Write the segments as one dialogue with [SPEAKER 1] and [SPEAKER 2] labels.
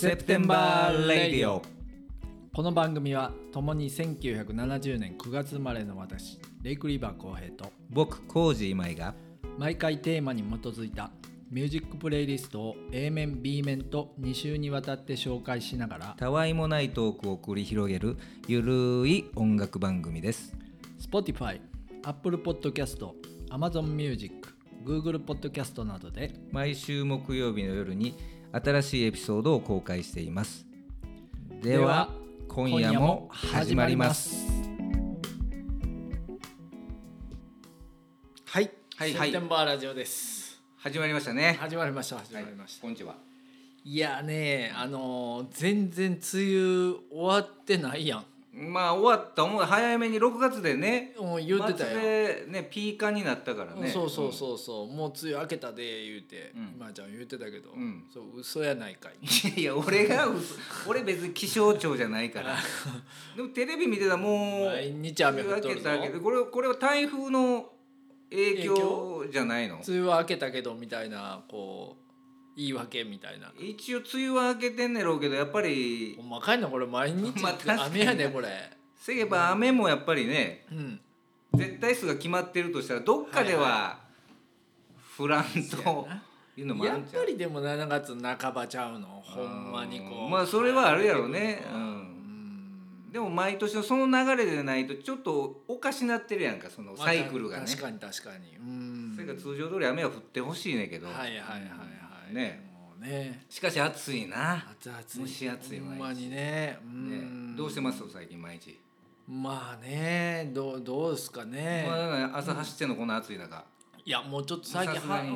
[SPEAKER 1] セプテンバーレディオ
[SPEAKER 2] この番組は共に1970年9月生まれの私レイク・リーバー浩平と
[SPEAKER 1] 僕コージ今井が
[SPEAKER 2] 毎回テーマに基づいたミュージックプレイリストを A 面 B 面と2週にわたって紹介しながら
[SPEAKER 1] たわいもないトークを繰り広げるゆるい音楽番組です
[SPEAKER 2] Spotify、Apple Podcast、Amazon Music、Google Podcast などで
[SPEAKER 1] 毎週木曜日の夜に新しいエピソードを公開していますでは今夜も始まりますはいはいは
[SPEAKER 2] セプテ
[SPEAKER 1] い
[SPEAKER 2] ンバーラジオです
[SPEAKER 1] 始まりましたね
[SPEAKER 2] 始まりました始まりました、、
[SPEAKER 1] こんにちはい
[SPEAKER 2] やねあのー全然梅雨終わってないやん
[SPEAKER 1] まあ終わったもう早めに6月でね
[SPEAKER 2] もう言ってたよ、
[SPEAKER 1] 末でねピーカンになったからね
[SPEAKER 2] そうそうそうそう、もう梅雨明けたで言うて、
[SPEAKER 1] うん
[SPEAKER 2] 今ちゃん言ってたけど、
[SPEAKER 1] うん
[SPEAKER 2] そう嘘やないかい
[SPEAKER 1] いや俺が嘘俺別に気象庁じゃない からでもテレビ見てたらもう
[SPEAKER 2] 毎日雨降っと
[SPEAKER 1] 梅
[SPEAKER 2] るぞ
[SPEAKER 1] 雨明けたけどこれこれは台風の影響じゃないの
[SPEAKER 2] 梅雨は明けたけどみたいなこう言い訳みたいな
[SPEAKER 1] 一応梅雨は明けてんねろうけどやっぱり
[SPEAKER 2] ほんまかいなこれ毎日
[SPEAKER 1] まあ確かに
[SPEAKER 2] 雨やでこれ
[SPEAKER 1] せれば雨もやっぱりね
[SPEAKER 2] うん
[SPEAKER 1] 絶対数が決まってるとしたらどっかでは降らんというのもあ
[SPEAKER 2] や
[SPEAKER 1] る
[SPEAKER 2] っ
[SPEAKER 1] んちゃ
[SPEAKER 2] ぱ
[SPEAKER 1] う
[SPEAKER 2] りでも7月半ばちゃうのほんまにこう
[SPEAKER 1] まあそれはあるやろねう
[SPEAKER 2] うんん
[SPEAKER 1] でも毎年のその流れでないとちょっとおかしなってるやんかそのサイクルがね、
[SPEAKER 2] まあ確かに確かにうん
[SPEAKER 1] それから通常通り雨は降ってほしいねんけど、
[SPEAKER 2] はいはいはいはい
[SPEAKER 1] ね
[SPEAKER 2] もうね
[SPEAKER 1] しかし暑いな、
[SPEAKER 2] 熱々に
[SPEAKER 1] 蒸し暑い
[SPEAKER 2] ほ
[SPEAKER 1] 毎日
[SPEAKER 2] んまにねう
[SPEAKER 1] ね
[SPEAKER 2] ん
[SPEAKER 1] どうしてます最近毎日、
[SPEAKER 2] まあねどうどうですかね、
[SPEAKER 1] まあだから朝走ってんのこの暑い中、
[SPEAKER 2] いやもうちょっと最近
[SPEAKER 1] さすが
[SPEAKER 2] は、う
[SPEAKER 1] に
[SPEAKER 2] ん、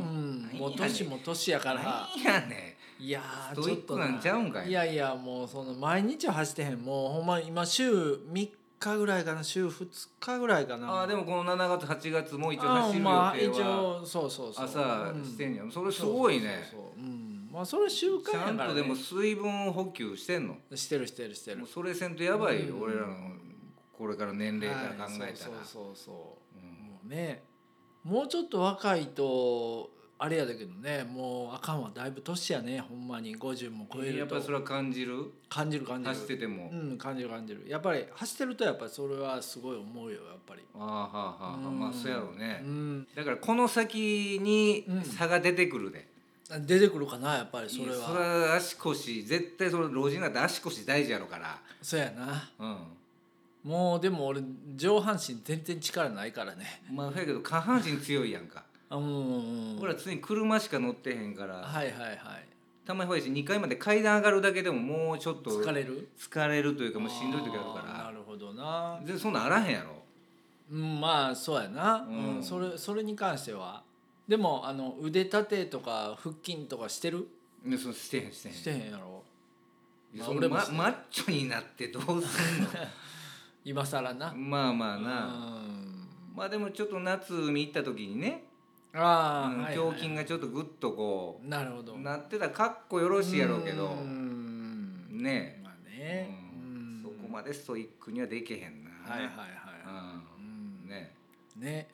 [SPEAKER 2] も
[SPEAKER 1] 何や
[SPEAKER 2] う
[SPEAKER 1] ねん
[SPEAKER 2] 年も年やから
[SPEAKER 1] なんやね
[SPEAKER 2] いや
[SPEAKER 1] ス
[SPEAKER 2] ー
[SPEAKER 1] トイックなんちゃうんかい
[SPEAKER 2] いやいやもうその毎日は走ってへんもうほんま今週3日ぐらいかな週2日ぐらいか
[SPEAKER 1] ん
[SPEAKER 2] な
[SPEAKER 1] ああでもこの7月8月もう一応
[SPEAKER 2] あー
[SPEAKER 1] 走る予定
[SPEAKER 2] まあ一
[SPEAKER 1] は
[SPEAKER 2] 応そうそうそう
[SPEAKER 1] 朝
[SPEAKER 2] うん
[SPEAKER 1] してんやんそれすごいね
[SPEAKER 2] そうそうそううんまあそれ習慣
[SPEAKER 1] ち
[SPEAKER 2] やか
[SPEAKER 1] ゃ
[SPEAKER 2] ら、
[SPEAKER 1] ん
[SPEAKER 2] ね、
[SPEAKER 1] とでも水分補給してんの
[SPEAKER 2] してるしてるしてる
[SPEAKER 1] もうそれせんとやばいよ、
[SPEAKER 2] うん
[SPEAKER 1] 俺らのこれから年齢から考えたら、
[SPEAKER 2] はいそうそうそうそう
[SPEAKER 1] うん
[SPEAKER 2] もうねもうちょっと若いとあれやだけどねもうあかんわだいぶ年やねほんまに50も超え
[SPEAKER 1] や
[SPEAKER 2] る
[SPEAKER 1] っ
[SPEAKER 2] と
[SPEAKER 1] ぱそれは感じる
[SPEAKER 2] 感じる感じる
[SPEAKER 1] 走ってても、
[SPEAKER 2] うん感じる感じるやっぱり走ってるとやっぱりそれはすごい思うよやっぱり
[SPEAKER 1] ああはあはあはあ、
[SPEAKER 2] うん
[SPEAKER 1] まあそうやろうね、
[SPEAKER 2] うん
[SPEAKER 1] だからこの先に
[SPEAKER 2] うん
[SPEAKER 1] 差が出てくるで、
[SPEAKER 2] 出てくるかなやっぱりそれ
[SPEAKER 1] いやそ
[SPEAKER 2] は
[SPEAKER 1] 足腰絶対その老人になって足腰大事やろから
[SPEAKER 2] そうやな
[SPEAKER 1] う
[SPEAKER 2] もうでも俺上半身全然力ないからね
[SPEAKER 1] んまあそやけど下半身強いやんか
[SPEAKER 2] あうんうんうん
[SPEAKER 1] 俺は常に車しか乗ってへんから
[SPEAKER 2] はいはいはい
[SPEAKER 1] たまにほやし2階まで階段上がるだけでももうちょっと
[SPEAKER 2] 疲れる
[SPEAKER 1] 疲れるというかもうしんどい時ある
[SPEAKER 2] あーな
[SPEAKER 1] か
[SPEAKER 2] るほどな
[SPEAKER 1] ら全然そんなんあらへんやろ
[SPEAKER 2] うん、まあそうやな、う
[SPEAKER 1] うん
[SPEAKER 2] んそれそれに関してはでもあの腕立てとか腹筋とかしてる
[SPEAKER 1] いやそのしてへんしてへん
[SPEAKER 2] してへんやろ
[SPEAKER 1] いや
[SPEAKER 2] まあ
[SPEAKER 1] その
[SPEAKER 2] 俺も
[SPEAKER 1] ま
[SPEAKER 2] して
[SPEAKER 1] マッチョになってどうすん
[SPEAKER 2] 今更な
[SPEAKER 1] のまあまあ
[SPEAKER 2] うん
[SPEAKER 1] なまあでもちょっと夏海行った時にね、
[SPEAKER 2] あ
[SPEAKER 1] うん
[SPEAKER 2] あ、はいはい
[SPEAKER 1] 胸筋がちょっとグッとこ
[SPEAKER 2] なるほど
[SPEAKER 1] うなってたらかっこよろしいやろうけど
[SPEAKER 2] うん
[SPEAKER 1] ね
[SPEAKER 2] まあ
[SPEAKER 1] え
[SPEAKER 2] ね、
[SPEAKER 1] うんそこ
[SPEAKER 2] で
[SPEAKER 1] までストイックにはできへんな
[SPEAKER 2] はいはいは
[SPEAKER 1] う
[SPEAKER 2] いはいう
[SPEAKER 1] うんんね
[SPEAKER 2] ね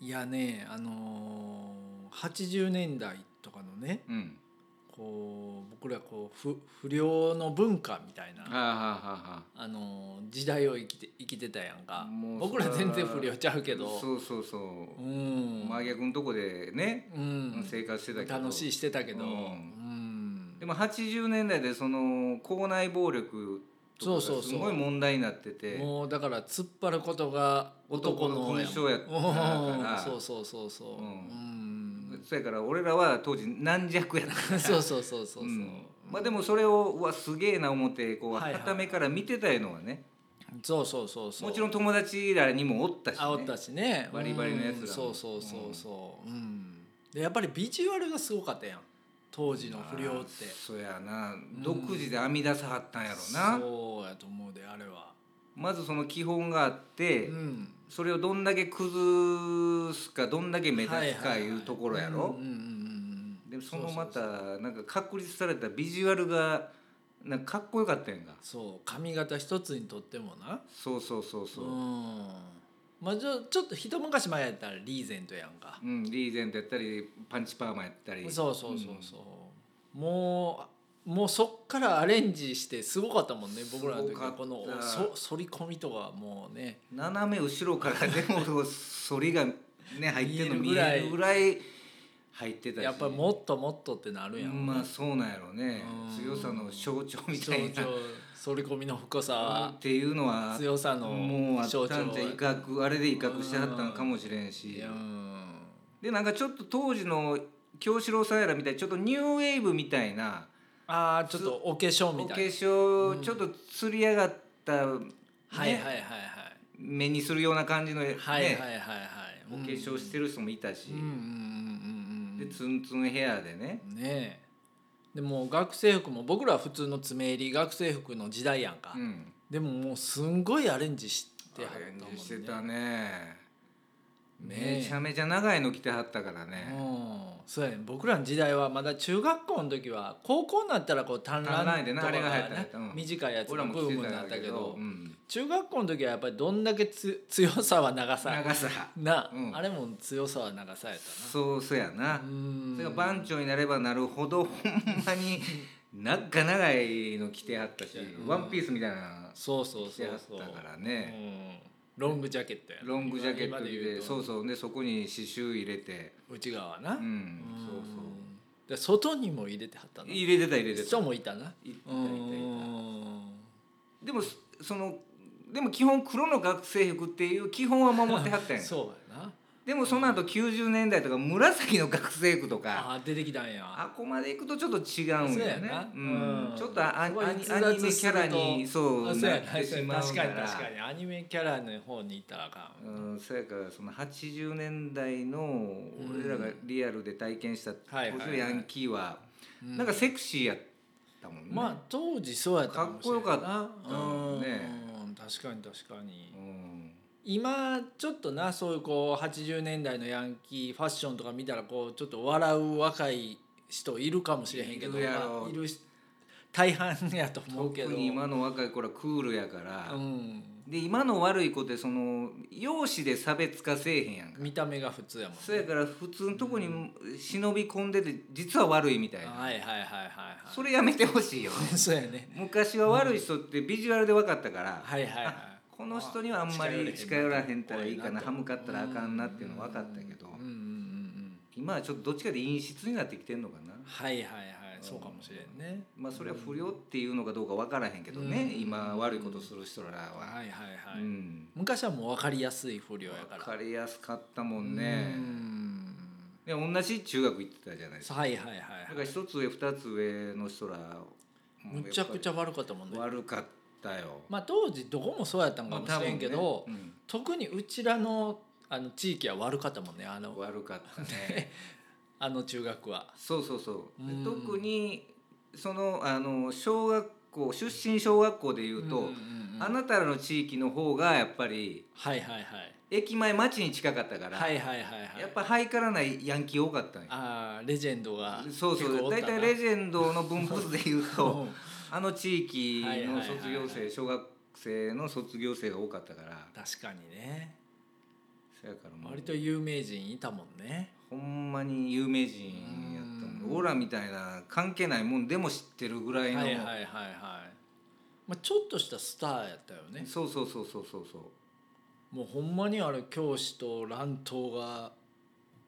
[SPEAKER 2] いやねあのー、80年代とかのね
[SPEAKER 1] うん
[SPEAKER 2] こう僕らこう不不良の文化みたいな
[SPEAKER 1] はあは
[SPEAKER 2] あの時代を生きて生きてたやん
[SPEAKER 1] あはあ
[SPEAKER 2] か
[SPEAKER 1] もう
[SPEAKER 2] 僕ら
[SPEAKER 1] それ
[SPEAKER 2] 全
[SPEAKER 1] は
[SPEAKER 2] 然不良ちゃうけど
[SPEAKER 1] そうそうそううん真逆のとこでね
[SPEAKER 2] うん
[SPEAKER 1] 生活してたけど
[SPEAKER 2] 楽しいしてたけど
[SPEAKER 1] う
[SPEAKER 2] うんん
[SPEAKER 1] でも80年代でその校内暴力とか
[SPEAKER 2] そうそ
[SPEAKER 1] が
[SPEAKER 2] うそう
[SPEAKER 1] すごい問題になってて
[SPEAKER 2] もうだから突っ張ることが
[SPEAKER 1] 男の
[SPEAKER 2] 男
[SPEAKER 1] 勲章やったか
[SPEAKER 2] うん
[SPEAKER 1] ら
[SPEAKER 2] そうそうそうそう
[SPEAKER 1] う
[SPEAKER 2] うんん
[SPEAKER 1] そやから俺らは当時軟弱やったから
[SPEAKER 2] そうそうそうそうそう
[SPEAKER 1] うんまあでもそれをうわすげえな思ってこう
[SPEAKER 2] はいはい
[SPEAKER 1] 傍目から見てたいのはね
[SPEAKER 2] そうそうそうそう
[SPEAKER 1] もちろん友達らにもおったしね
[SPEAKER 2] 煽ったしね
[SPEAKER 1] バリバリのやつらも
[SPEAKER 2] うんそうそうそうそううんでやっぱりビジュアルがすごかったやん当時の不良っ
[SPEAKER 1] ま
[SPEAKER 2] て
[SPEAKER 1] あそやな
[SPEAKER 2] うん
[SPEAKER 1] 独自で編み出さはったんやろな、
[SPEAKER 2] そうやと思うであれは
[SPEAKER 1] まずその基本があって、
[SPEAKER 2] うん
[SPEAKER 1] それをどんだけ崩すかどんだけ目指すかいうところやろ、
[SPEAKER 2] うんうんうんうんうん
[SPEAKER 1] でその
[SPEAKER 2] うう
[SPEAKER 1] またなんか確立されたビジュアルがなんかかっこよかったやんか
[SPEAKER 2] そう髪型一つにとってもな
[SPEAKER 1] そうそうそうそうう、
[SPEAKER 2] んまあちょちょっと一昔前やったらリーゼントやんか
[SPEAKER 1] うんリーゼントやったりパンチパーマやったり
[SPEAKER 2] そうそうそうそうもうもうそっからアレンジしてすごかったもんね僕らの時
[SPEAKER 1] すごか
[SPEAKER 2] は
[SPEAKER 1] った
[SPEAKER 2] このそ反り込みとかもうね
[SPEAKER 1] 斜め後ろからでも反りがね入ってるの見
[SPEAKER 2] 見え
[SPEAKER 1] え
[SPEAKER 2] る
[SPEAKER 1] る
[SPEAKER 2] ぐ
[SPEAKER 1] ぐらい入ってたし
[SPEAKER 2] やっぱりもっともっとってなるやん、
[SPEAKER 1] まあそうなんやろうね
[SPEAKER 2] うん
[SPEAKER 1] 強さの象徴み
[SPEAKER 2] 象
[SPEAKER 1] たい
[SPEAKER 2] 徴反り込みの深さ
[SPEAKER 1] なっ
[SPEAKER 2] は
[SPEAKER 1] ていうのは
[SPEAKER 2] 強さ
[SPEAKER 1] もうあ
[SPEAKER 2] の
[SPEAKER 1] っ
[SPEAKER 2] 象徴
[SPEAKER 1] たんじゃ威嚇あれで威嚇してはったんかもしれん
[SPEAKER 2] い
[SPEAKER 1] し
[SPEAKER 2] やうん
[SPEAKER 1] でなんかちょっと当時の京志郎さんやらみたいにちょっとニューウェーブみたいな
[SPEAKER 2] ああちょっとお化粧
[SPEAKER 1] お
[SPEAKER 2] み
[SPEAKER 1] 化
[SPEAKER 2] たいな
[SPEAKER 1] 粧ちょっとつり上がった、
[SPEAKER 2] はいはい
[SPEAKER 1] ね
[SPEAKER 2] はいはい
[SPEAKER 1] 目にするような感じの、ね
[SPEAKER 2] はいはいはいはい
[SPEAKER 1] お化粧してる人もいたし、
[SPEAKER 2] うんうんうんうんう
[SPEAKER 1] で
[SPEAKER 2] ん
[SPEAKER 1] ツンツンヘアでね
[SPEAKER 2] うんねえでも学生服も僕らは普通の爪襟学生服の時代やんか、
[SPEAKER 1] うん
[SPEAKER 2] でももうすんごいアレンジしてはっ
[SPEAKER 1] アレン
[SPEAKER 2] たもん
[SPEAKER 1] ジ
[SPEAKER 2] ね
[SPEAKER 1] してたね
[SPEAKER 2] ね
[SPEAKER 1] めちゃめちゃ長いの着てはったからね
[SPEAKER 2] うんそうやね僕らの時代はまだ中学校の時は高校になったらこう短
[SPEAKER 1] 短
[SPEAKER 2] ラ
[SPEAKER 1] ラ
[SPEAKER 2] ン
[SPEAKER 1] ン
[SPEAKER 2] と
[SPEAKER 1] でな
[SPEAKER 2] かが、
[SPEAKER 1] あ
[SPEAKER 2] ね
[SPEAKER 1] れが流行ったやつうん
[SPEAKER 2] 短いやつ
[SPEAKER 1] 俺ら
[SPEAKER 2] の
[SPEAKER 1] も
[SPEAKER 2] ブ
[SPEAKER 1] 着
[SPEAKER 2] ー
[SPEAKER 1] て
[SPEAKER 2] ムにな
[SPEAKER 1] た
[SPEAKER 2] っ
[SPEAKER 1] んだ
[SPEAKER 2] たけ
[SPEAKER 1] け
[SPEAKER 2] ど
[SPEAKER 1] ど、うん、
[SPEAKER 2] 中学校の時はやっぱりどんだけつ強さは長さ
[SPEAKER 1] 長さ
[SPEAKER 2] な、
[SPEAKER 1] うん
[SPEAKER 2] あれも強さは長さやった
[SPEAKER 1] そうそうやな
[SPEAKER 2] なう、ん
[SPEAKER 1] それが番長になればなるほどほんまになんか長いの着てはったし、
[SPEAKER 2] うん
[SPEAKER 1] ワンピースみたいな
[SPEAKER 2] そうそう
[SPEAKER 1] の着
[SPEAKER 2] そ
[SPEAKER 1] ては
[SPEAKER 2] う
[SPEAKER 1] っ
[SPEAKER 2] そう
[SPEAKER 1] たから
[SPEAKER 2] う
[SPEAKER 1] ね
[SPEAKER 2] んロングジャケットやな
[SPEAKER 1] ロングジャケット
[SPEAKER 2] 今
[SPEAKER 1] 着
[SPEAKER 2] で言
[SPEAKER 1] て
[SPEAKER 2] うと
[SPEAKER 1] そうそうでそこに刺繍入れて
[SPEAKER 2] 内側な、
[SPEAKER 1] う
[SPEAKER 2] うん
[SPEAKER 1] んそうそう
[SPEAKER 2] で外にも入れてはったな
[SPEAKER 1] 入れてた入れてた
[SPEAKER 2] 人もいたな
[SPEAKER 1] た
[SPEAKER 2] い
[SPEAKER 1] いた
[SPEAKER 2] う
[SPEAKER 1] い
[SPEAKER 2] ん
[SPEAKER 1] たでもそそのでも基本黒の学生服っていう基本は守ってはったんや
[SPEAKER 2] そうやな
[SPEAKER 1] でもその後90年代とか紫の学生服とか
[SPEAKER 2] あー出てきたんや
[SPEAKER 1] あこまで行くとちょっと違うんだよ
[SPEAKER 2] そうやな
[SPEAKER 1] ね、
[SPEAKER 2] う
[SPEAKER 1] うんん、ちょっとあアニ
[SPEAKER 2] すごい
[SPEAKER 1] アニ
[SPEAKER 2] 逸
[SPEAKER 1] メキ
[SPEAKER 2] 脱
[SPEAKER 1] ャラに
[SPEAKER 2] す
[SPEAKER 1] そう
[SPEAKER 2] あそう
[SPEAKER 1] な
[SPEAKER 2] や
[SPEAKER 1] っ
[SPEAKER 2] な
[SPEAKER 1] てしまう
[SPEAKER 2] 確
[SPEAKER 1] か
[SPEAKER 2] からに確かにアニメキャラの方に行ったらあかん、
[SPEAKER 1] うん、そやからその80年代の俺らがリアルで体験した
[SPEAKER 2] はいはい
[SPEAKER 1] 当時のヤンキーは
[SPEAKER 2] うん
[SPEAKER 1] なんかセクシーやったもんね、
[SPEAKER 2] まあ当時そうやったもしれんな
[SPEAKER 1] かっこよかった
[SPEAKER 2] うん、
[SPEAKER 1] ね
[SPEAKER 2] うん確かに確かに
[SPEAKER 1] うん、
[SPEAKER 2] 今ちょっとなそういうこう80年代のヤンキーファッションとか見たらこうちょっと笑う若い人いるかもしれへんけ
[SPEAKER 1] い
[SPEAKER 2] ど
[SPEAKER 1] るやろ
[SPEAKER 2] まあいるし大半やと思うけど
[SPEAKER 1] 特に今の若い頃はクールやから、
[SPEAKER 2] うん、
[SPEAKER 1] で今の悪い子ってその容姿で差別化せえへんやんか
[SPEAKER 2] 見た目が普通やもんね
[SPEAKER 1] そやから普通のとこに忍び込んでて実は悪いみたいな、
[SPEAKER 2] はいはいはいはいはい
[SPEAKER 1] それやめてほしいよ
[SPEAKER 2] そうやね
[SPEAKER 1] 昔は悪い人ってビジュアルで分かったから、
[SPEAKER 2] はいは いはい
[SPEAKER 1] この人にはあんまり近寄らへんたらいいかな歯向かったらあかんなっていうの分かったけど
[SPEAKER 2] うんうんうんうん
[SPEAKER 1] 今はちょっとどっちかで陰湿になってきてんのかな
[SPEAKER 2] はいはいはいそうかもしれんね
[SPEAKER 1] まあそれは不良っていうのかどうか分からへんけどね、
[SPEAKER 2] うん
[SPEAKER 1] 今悪いことする人らは、
[SPEAKER 2] はいはいはい、
[SPEAKER 1] うん、
[SPEAKER 2] 昔はもう分かりやすい不良やから
[SPEAKER 1] 分かりやすかったもんね
[SPEAKER 2] う、ん
[SPEAKER 1] で同じ中学行ってたじゃないですか
[SPEAKER 2] はいはいはい
[SPEAKER 1] だ
[SPEAKER 2] は
[SPEAKER 1] から一つ上二つ上の人ら
[SPEAKER 2] いむちゃくち
[SPEAKER 1] ゃ
[SPEAKER 2] ゃ悪かったもんね
[SPEAKER 1] 悪かったよ、
[SPEAKER 2] まあ当時どこもそうやったんかもしれんけど、
[SPEAKER 1] 多分ね
[SPEAKER 2] 特にうちらのあの地域は悪かったもんねあ
[SPEAKER 1] うん
[SPEAKER 2] の
[SPEAKER 1] 悪かった ね
[SPEAKER 2] あの中学は
[SPEAKER 1] そうそうそうで
[SPEAKER 2] うん
[SPEAKER 1] 特にそのあの小学校出身小学校でいうと、
[SPEAKER 2] んんうん
[SPEAKER 1] あなたらの地域の方がやっぱり
[SPEAKER 2] はいはいはい
[SPEAKER 1] 駅前町に近かったから、
[SPEAKER 2] はいはいはいはい
[SPEAKER 1] やっぱハイカラないヤンキー多かったんよ
[SPEAKER 2] あーレジェンドが
[SPEAKER 1] そう
[SPEAKER 2] 結
[SPEAKER 1] そ
[SPEAKER 2] 構お
[SPEAKER 1] う
[SPEAKER 2] っ
[SPEAKER 1] 大
[SPEAKER 2] たな
[SPEAKER 1] 体レジェンドの分布図でいう と
[SPEAKER 2] うん
[SPEAKER 1] あの地域の卒
[SPEAKER 2] はいはい
[SPEAKER 1] 業
[SPEAKER 2] はいは
[SPEAKER 1] 生小学生の卒業生が多かったから
[SPEAKER 2] 確かにね
[SPEAKER 1] そやからもう
[SPEAKER 2] 割と有名人いたもんね
[SPEAKER 1] ほんまに有名人やったも
[SPEAKER 2] うん
[SPEAKER 1] んオーラみたいな関係ないもんでも知ってるぐら
[SPEAKER 2] はいい
[SPEAKER 1] の、
[SPEAKER 2] はいはいはいまあちょっとしたスターやったよね
[SPEAKER 1] そうそうそうそうそうそう
[SPEAKER 2] もうほんまにあれ教師と乱闘が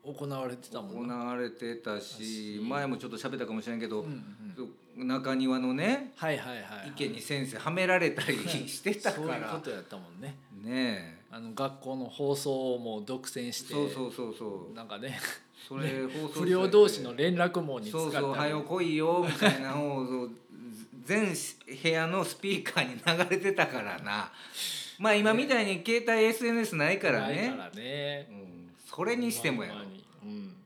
[SPEAKER 2] 行われてたもんな
[SPEAKER 1] 行われてたし
[SPEAKER 2] だし
[SPEAKER 1] 前もちょっと喋ったかもしれんけど
[SPEAKER 2] うん、うん
[SPEAKER 1] 中庭のね
[SPEAKER 2] はいはいはいはい
[SPEAKER 1] 池に先生はめられたりしてた
[SPEAKER 2] そう
[SPEAKER 1] か
[SPEAKER 2] いうこ
[SPEAKER 1] ら
[SPEAKER 2] とやったもんね
[SPEAKER 1] ね
[SPEAKER 2] あの学校の放送をもう独占
[SPEAKER 1] え
[SPEAKER 2] して
[SPEAKER 1] そうそうそうそう
[SPEAKER 2] なんかね
[SPEAKER 1] それ放送されて
[SPEAKER 2] 不良同士の連絡網に使
[SPEAKER 1] そ
[SPEAKER 2] っ
[SPEAKER 1] う
[SPEAKER 2] た
[SPEAKER 1] そう「はよ来いよ」みたいなのをそう全部屋のスピーカーに流れてたからなまあ今みたいに携帯 SNS ないから
[SPEAKER 2] ない
[SPEAKER 1] ね
[SPEAKER 2] からね
[SPEAKER 1] うん、それにしてもやろ
[SPEAKER 2] ほんまにうん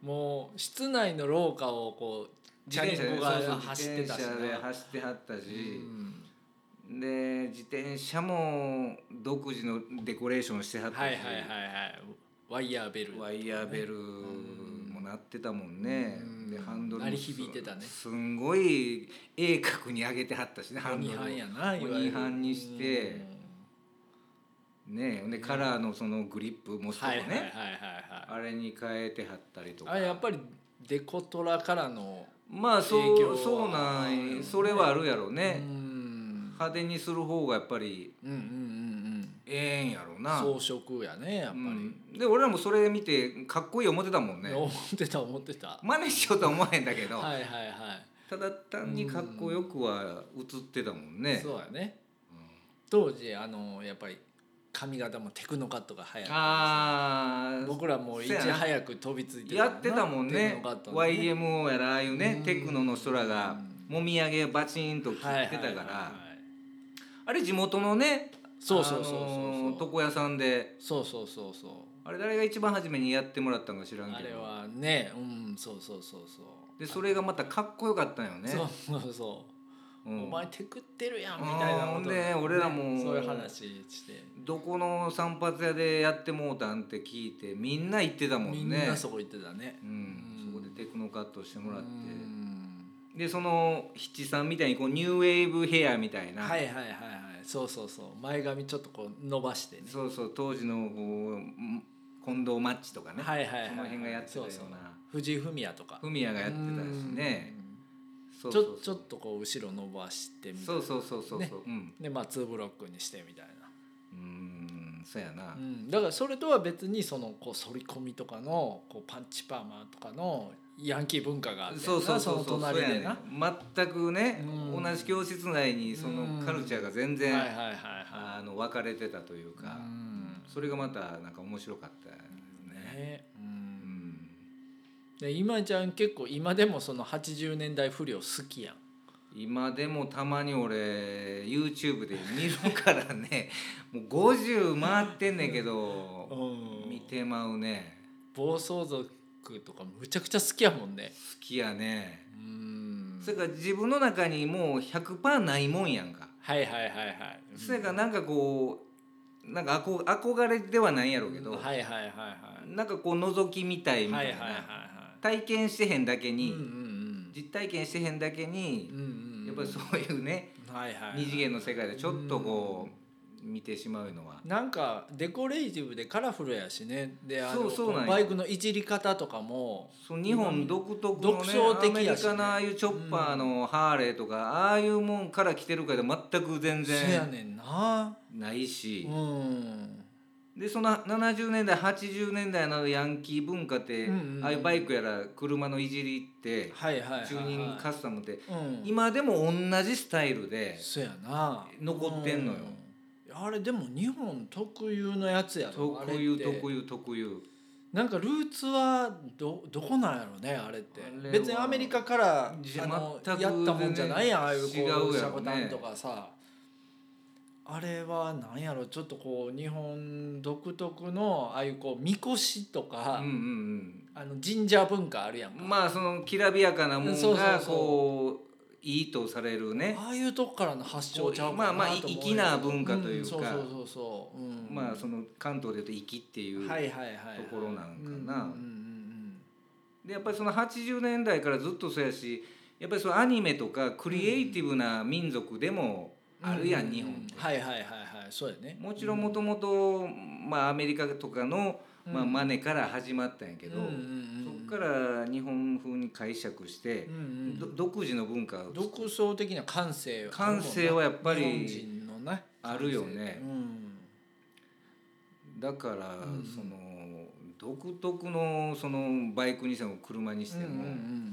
[SPEAKER 2] もう室内の廊下をこうチャリンコ
[SPEAKER 1] そうそう
[SPEAKER 2] が走ってたし
[SPEAKER 1] 自転車で
[SPEAKER 2] な
[SPEAKER 1] 走ってはったし、
[SPEAKER 2] うん
[SPEAKER 1] で自転車も独自のデコレーションしてはったし、
[SPEAKER 2] はいはいはいはいワイヤーベル
[SPEAKER 1] ワイヤーベルも鳴ってたもんね、
[SPEAKER 2] うん
[SPEAKER 1] でハンドルも
[SPEAKER 2] 鳴り響いてたね
[SPEAKER 1] すんごい鋭角に上げてはったしねハンド
[SPEAKER 2] 鬼
[SPEAKER 1] ルを
[SPEAKER 2] 班やな
[SPEAKER 1] 鬼
[SPEAKER 2] いわゆる
[SPEAKER 1] 班にして
[SPEAKER 2] うん
[SPEAKER 1] ねでカラーのそのグリップもしとか
[SPEAKER 2] はい
[SPEAKER 1] ね、
[SPEAKER 2] はいはいはいはい
[SPEAKER 1] あれに変えてはったりとか
[SPEAKER 2] あれやっぱりデコトラからの
[SPEAKER 1] まあそ
[SPEAKER 2] 影響は
[SPEAKER 1] うそうなんやそれはあるやろう
[SPEAKER 2] う
[SPEAKER 1] ね、
[SPEAKER 2] ん
[SPEAKER 1] 派手にする方がやっぱり
[SPEAKER 2] うんうんうん
[SPEAKER 1] ええんやろう
[SPEAKER 2] う
[SPEAKER 1] なん
[SPEAKER 2] 装飾やねやっぱり、
[SPEAKER 1] うんで俺らもそれ見てかっこいい思ってたもんね
[SPEAKER 2] 思ってた思ってたは
[SPEAKER 1] 真似しようとは思わへんだけ
[SPEAKER 2] い
[SPEAKER 1] ど、
[SPEAKER 2] はいは
[SPEAKER 1] ただ単にかっこよくは映ってたもん
[SPEAKER 2] い、
[SPEAKER 1] ね
[SPEAKER 2] そうやね当時あのやっぱり髪型もテクノカットが流行って
[SPEAKER 1] ああ
[SPEAKER 2] 僕らもうい
[SPEAKER 1] そ
[SPEAKER 2] ち
[SPEAKER 1] うやな
[SPEAKER 2] 早く飛びついて
[SPEAKER 1] やってたもん
[SPEAKER 2] テ
[SPEAKER 1] ね
[SPEAKER 2] クノカットの
[SPEAKER 1] YMO やらああいう
[SPEAKER 2] う
[SPEAKER 1] ね
[SPEAKER 2] ん
[SPEAKER 1] テクノの人らがもみあげバチンと切ってた
[SPEAKER 2] はいはい
[SPEAKER 1] か
[SPEAKER 2] はい
[SPEAKER 1] ら
[SPEAKER 2] はい
[SPEAKER 1] あれ地元のね
[SPEAKER 2] そうそうそうそう
[SPEAKER 1] あのー
[SPEAKER 2] そう
[SPEAKER 1] 床屋さんで
[SPEAKER 2] そうそうそうそ
[SPEAKER 1] あれ誰が一番初めにやってもらったんか知ら
[SPEAKER 2] うんあ
[SPEAKER 1] け
[SPEAKER 2] れ
[SPEAKER 1] ど
[SPEAKER 2] はねうんそうそうそうそう
[SPEAKER 1] でそれがまたかっこよかったんよね
[SPEAKER 2] そうそうそうう、
[SPEAKER 1] ん
[SPEAKER 2] お前テクってるやんみたいなこと
[SPEAKER 1] あーね俺らも
[SPEAKER 2] そういう話して
[SPEAKER 1] どこの散髪屋でやってもうたんって聞いてみんな行ってたも
[SPEAKER 2] み
[SPEAKER 1] ん
[SPEAKER 2] ん
[SPEAKER 1] ね
[SPEAKER 2] なそこ行ってたね
[SPEAKER 1] うん、そこでテクノカットしてもらって
[SPEAKER 2] うん
[SPEAKER 1] でその七三みたいにこうニューウェーブヘアみたいな、
[SPEAKER 2] はいはいはいはいそうそうそう前髪ちょっとこう伸ばしてね
[SPEAKER 1] そうそう当時のこうん近藤マッチとかね、
[SPEAKER 2] はいはいはい
[SPEAKER 1] その辺がやってたような
[SPEAKER 2] そうそう藤井フミヤとか
[SPEAKER 1] フミヤがやってたしねそ
[SPEAKER 2] う
[SPEAKER 1] う
[SPEAKER 2] んち
[SPEAKER 1] そ
[SPEAKER 2] ょ
[SPEAKER 1] うそう
[SPEAKER 2] ちょっとこう後ろ伸ばしてみたい
[SPEAKER 1] そ
[SPEAKER 2] な
[SPEAKER 1] うそうそうそうそう、
[SPEAKER 2] ね
[SPEAKER 1] うん
[SPEAKER 2] でまあ2ブロックにしてみたいな
[SPEAKER 1] うーんそうやな、
[SPEAKER 2] うん、だからそれとは別にそのこう反り込みとかのこうパンチパーマとかのヤンキー文化があってな
[SPEAKER 1] そうそうそうそう
[SPEAKER 2] その隣で
[SPEAKER 1] そうや
[SPEAKER 2] な。
[SPEAKER 1] ね全くね
[SPEAKER 2] うん
[SPEAKER 1] 同じ教室内にそのカルチャーが全然、
[SPEAKER 2] はいはいはいは
[SPEAKER 1] あの分かれてたという
[SPEAKER 2] い。
[SPEAKER 1] か、
[SPEAKER 2] うん
[SPEAKER 1] それがまたなんか面白かったよね、
[SPEAKER 2] ねう、
[SPEAKER 1] うんん、
[SPEAKER 2] で今ちゃん結構今でもその80年代不良好きやん。
[SPEAKER 1] 今でもたまに俺 YouTube で見るからね もう50回ってんねんけど見てまうね
[SPEAKER 2] 暴走族とかむちゃくちゃ好きやもんね
[SPEAKER 1] 好。きやね
[SPEAKER 2] うん
[SPEAKER 1] それから自分の中にもう100%ないもんやんか
[SPEAKER 2] はいはいはいはい。
[SPEAKER 1] それからなんかこうなんかあこ憧れではないやろうけど、
[SPEAKER 2] うんはいはいはいは
[SPEAKER 1] なんかこう覗きみたい
[SPEAKER 2] い。
[SPEAKER 1] み
[SPEAKER 2] は
[SPEAKER 1] た
[SPEAKER 2] い
[SPEAKER 1] い
[SPEAKER 2] はい
[SPEAKER 1] な、
[SPEAKER 2] はいは
[SPEAKER 1] 体験してへんだけ
[SPEAKER 2] い。
[SPEAKER 1] に、
[SPEAKER 2] うんうん
[SPEAKER 1] 実体験してへんだけ
[SPEAKER 2] う
[SPEAKER 1] に
[SPEAKER 2] ん。、うんうん
[SPEAKER 1] やっぱりそういうね、
[SPEAKER 2] うん。はいはいはい。
[SPEAKER 1] 二次元の世界でちょっとこう見てしまうのは、
[SPEAKER 2] なんかデコレーティブでカラフルやしねであの
[SPEAKER 1] そうそうなんや
[SPEAKER 2] バイクのいじり方とかも
[SPEAKER 1] その日本独特のね
[SPEAKER 2] 独創的
[SPEAKER 1] アメリ
[SPEAKER 2] やしね
[SPEAKER 1] カのああいうチョッパーのハーレーとか、ああいうもんから来てるから全く全
[SPEAKER 2] せや
[SPEAKER 1] 然
[SPEAKER 2] ねんな
[SPEAKER 1] ない
[SPEAKER 2] うん
[SPEAKER 1] し、
[SPEAKER 2] うん
[SPEAKER 1] でその70年代80年代のヤンキー文化って、
[SPEAKER 2] うんうんうん
[SPEAKER 1] ああいうバイクやら車のいじりって、
[SPEAKER 2] はいはいはいはい
[SPEAKER 1] チューニングカスタムって、
[SPEAKER 2] うん
[SPEAKER 1] 今でも同じスタイルで
[SPEAKER 2] せやな
[SPEAKER 1] 残ってんのよ
[SPEAKER 2] うんあれでも日本特有のやつやろ
[SPEAKER 1] 特有
[SPEAKER 2] あれって
[SPEAKER 1] 特有特有
[SPEAKER 2] なんかルーツはどどこなんやろねあれって
[SPEAKER 1] あれは
[SPEAKER 2] 別にアメリカから
[SPEAKER 1] じ
[SPEAKER 2] あの
[SPEAKER 1] 全く
[SPEAKER 2] やったもんじゃないやんああいう
[SPEAKER 1] 違うやろ
[SPEAKER 2] こう
[SPEAKER 1] ね
[SPEAKER 2] シャコタンとかさあれはなんやろちょっとこう日本独特のああいうこうみこしと
[SPEAKER 1] うん
[SPEAKER 2] か、
[SPEAKER 1] うんうん
[SPEAKER 2] あの神社文化あるやんか、
[SPEAKER 1] まあそのきらびやかなも
[SPEAKER 2] うんそ
[SPEAKER 1] の
[SPEAKER 2] うそう
[SPEAKER 1] が
[SPEAKER 2] そう
[SPEAKER 1] こういいとされるね
[SPEAKER 2] ああいうとこからの発祥ちゃうか
[SPEAKER 1] まあまあ
[SPEAKER 2] と思う
[SPEAKER 1] 粋な文化というか
[SPEAKER 2] んそうそうそうそう、うん、
[SPEAKER 1] まあその関東で言うと「粋」っていう、
[SPEAKER 2] はいはいはいはい
[SPEAKER 1] ところなんかな
[SPEAKER 2] うんうん
[SPEAKER 1] でやっぱりその80年代からずっとそうやしやっぱりそのアニメとかクリエイティブな民族でも
[SPEAKER 2] うんうん
[SPEAKER 1] あるやん、
[SPEAKER 2] うう
[SPEAKER 1] 日本って。
[SPEAKER 2] はいはいはいはいそうやね
[SPEAKER 1] もちろんもともとまあアメリカとかの、まあ、
[SPEAKER 2] うん
[SPEAKER 1] マネから始まったんやけど、
[SPEAKER 2] うんうんうん
[SPEAKER 1] そこから日本風に解釈して
[SPEAKER 2] う、んうん
[SPEAKER 1] ど独自の文化を
[SPEAKER 2] 独創的な感性あるもん
[SPEAKER 1] 感
[SPEAKER 2] な
[SPEAKER 1] 性はやっぱり
[SPEAKER 2] 日本人のね
[SPEAKER 1] あるよね
[SPEAKER 2] 感性うん
[SPEAKER 1] だから、
[SPEAKER 2] うん
[SPEAKER 1] その独特のそのバイクにしても車にしても、
[SPEAKER 2] うんうんうん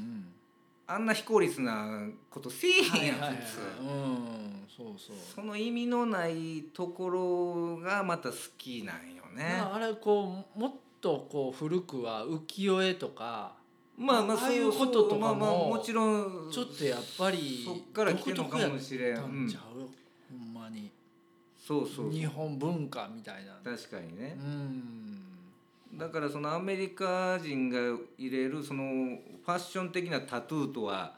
[SPEAKER 1] あんな非効率なことせえ
[SPEAKER 2] うん
[SPEAKER 1] へんやん、
[SPEAKER 2] はいはいはい
[SPEAKER 1] 普通。
[SPEAKER 2] うんそうそう
[SPEAKER 1] その意味のないところがまた好きなんよね。
[SPEAKER 2] まああれこうもっとこう古くは浮世絵とか
[SPEAKER 1] まあまあ
[SPEAKER 2] ああいうこととかも
[SPEAKER 1] まあまあもちろん
[SPEAKER 2] ちょっとやっぱり
[SPEAKER 1] そっから来てんのかもしれん。
[SPEAKER 2] 独特やった
[SPEAKER 1] うんん
[SPEAKER 2] ちゃうほんまに
[SPEAKER 1] そうそう
[SPEAKER 2] 日本文化みたいな
[SPEAKER 1] 確かに
[SPEAKER 2] う
[SPEAKER 1] ね。
[SPEAKER 2] ん
[SPEAKER 1] だからそのアメリカ人が入れるそのファッション的なタトゥーとは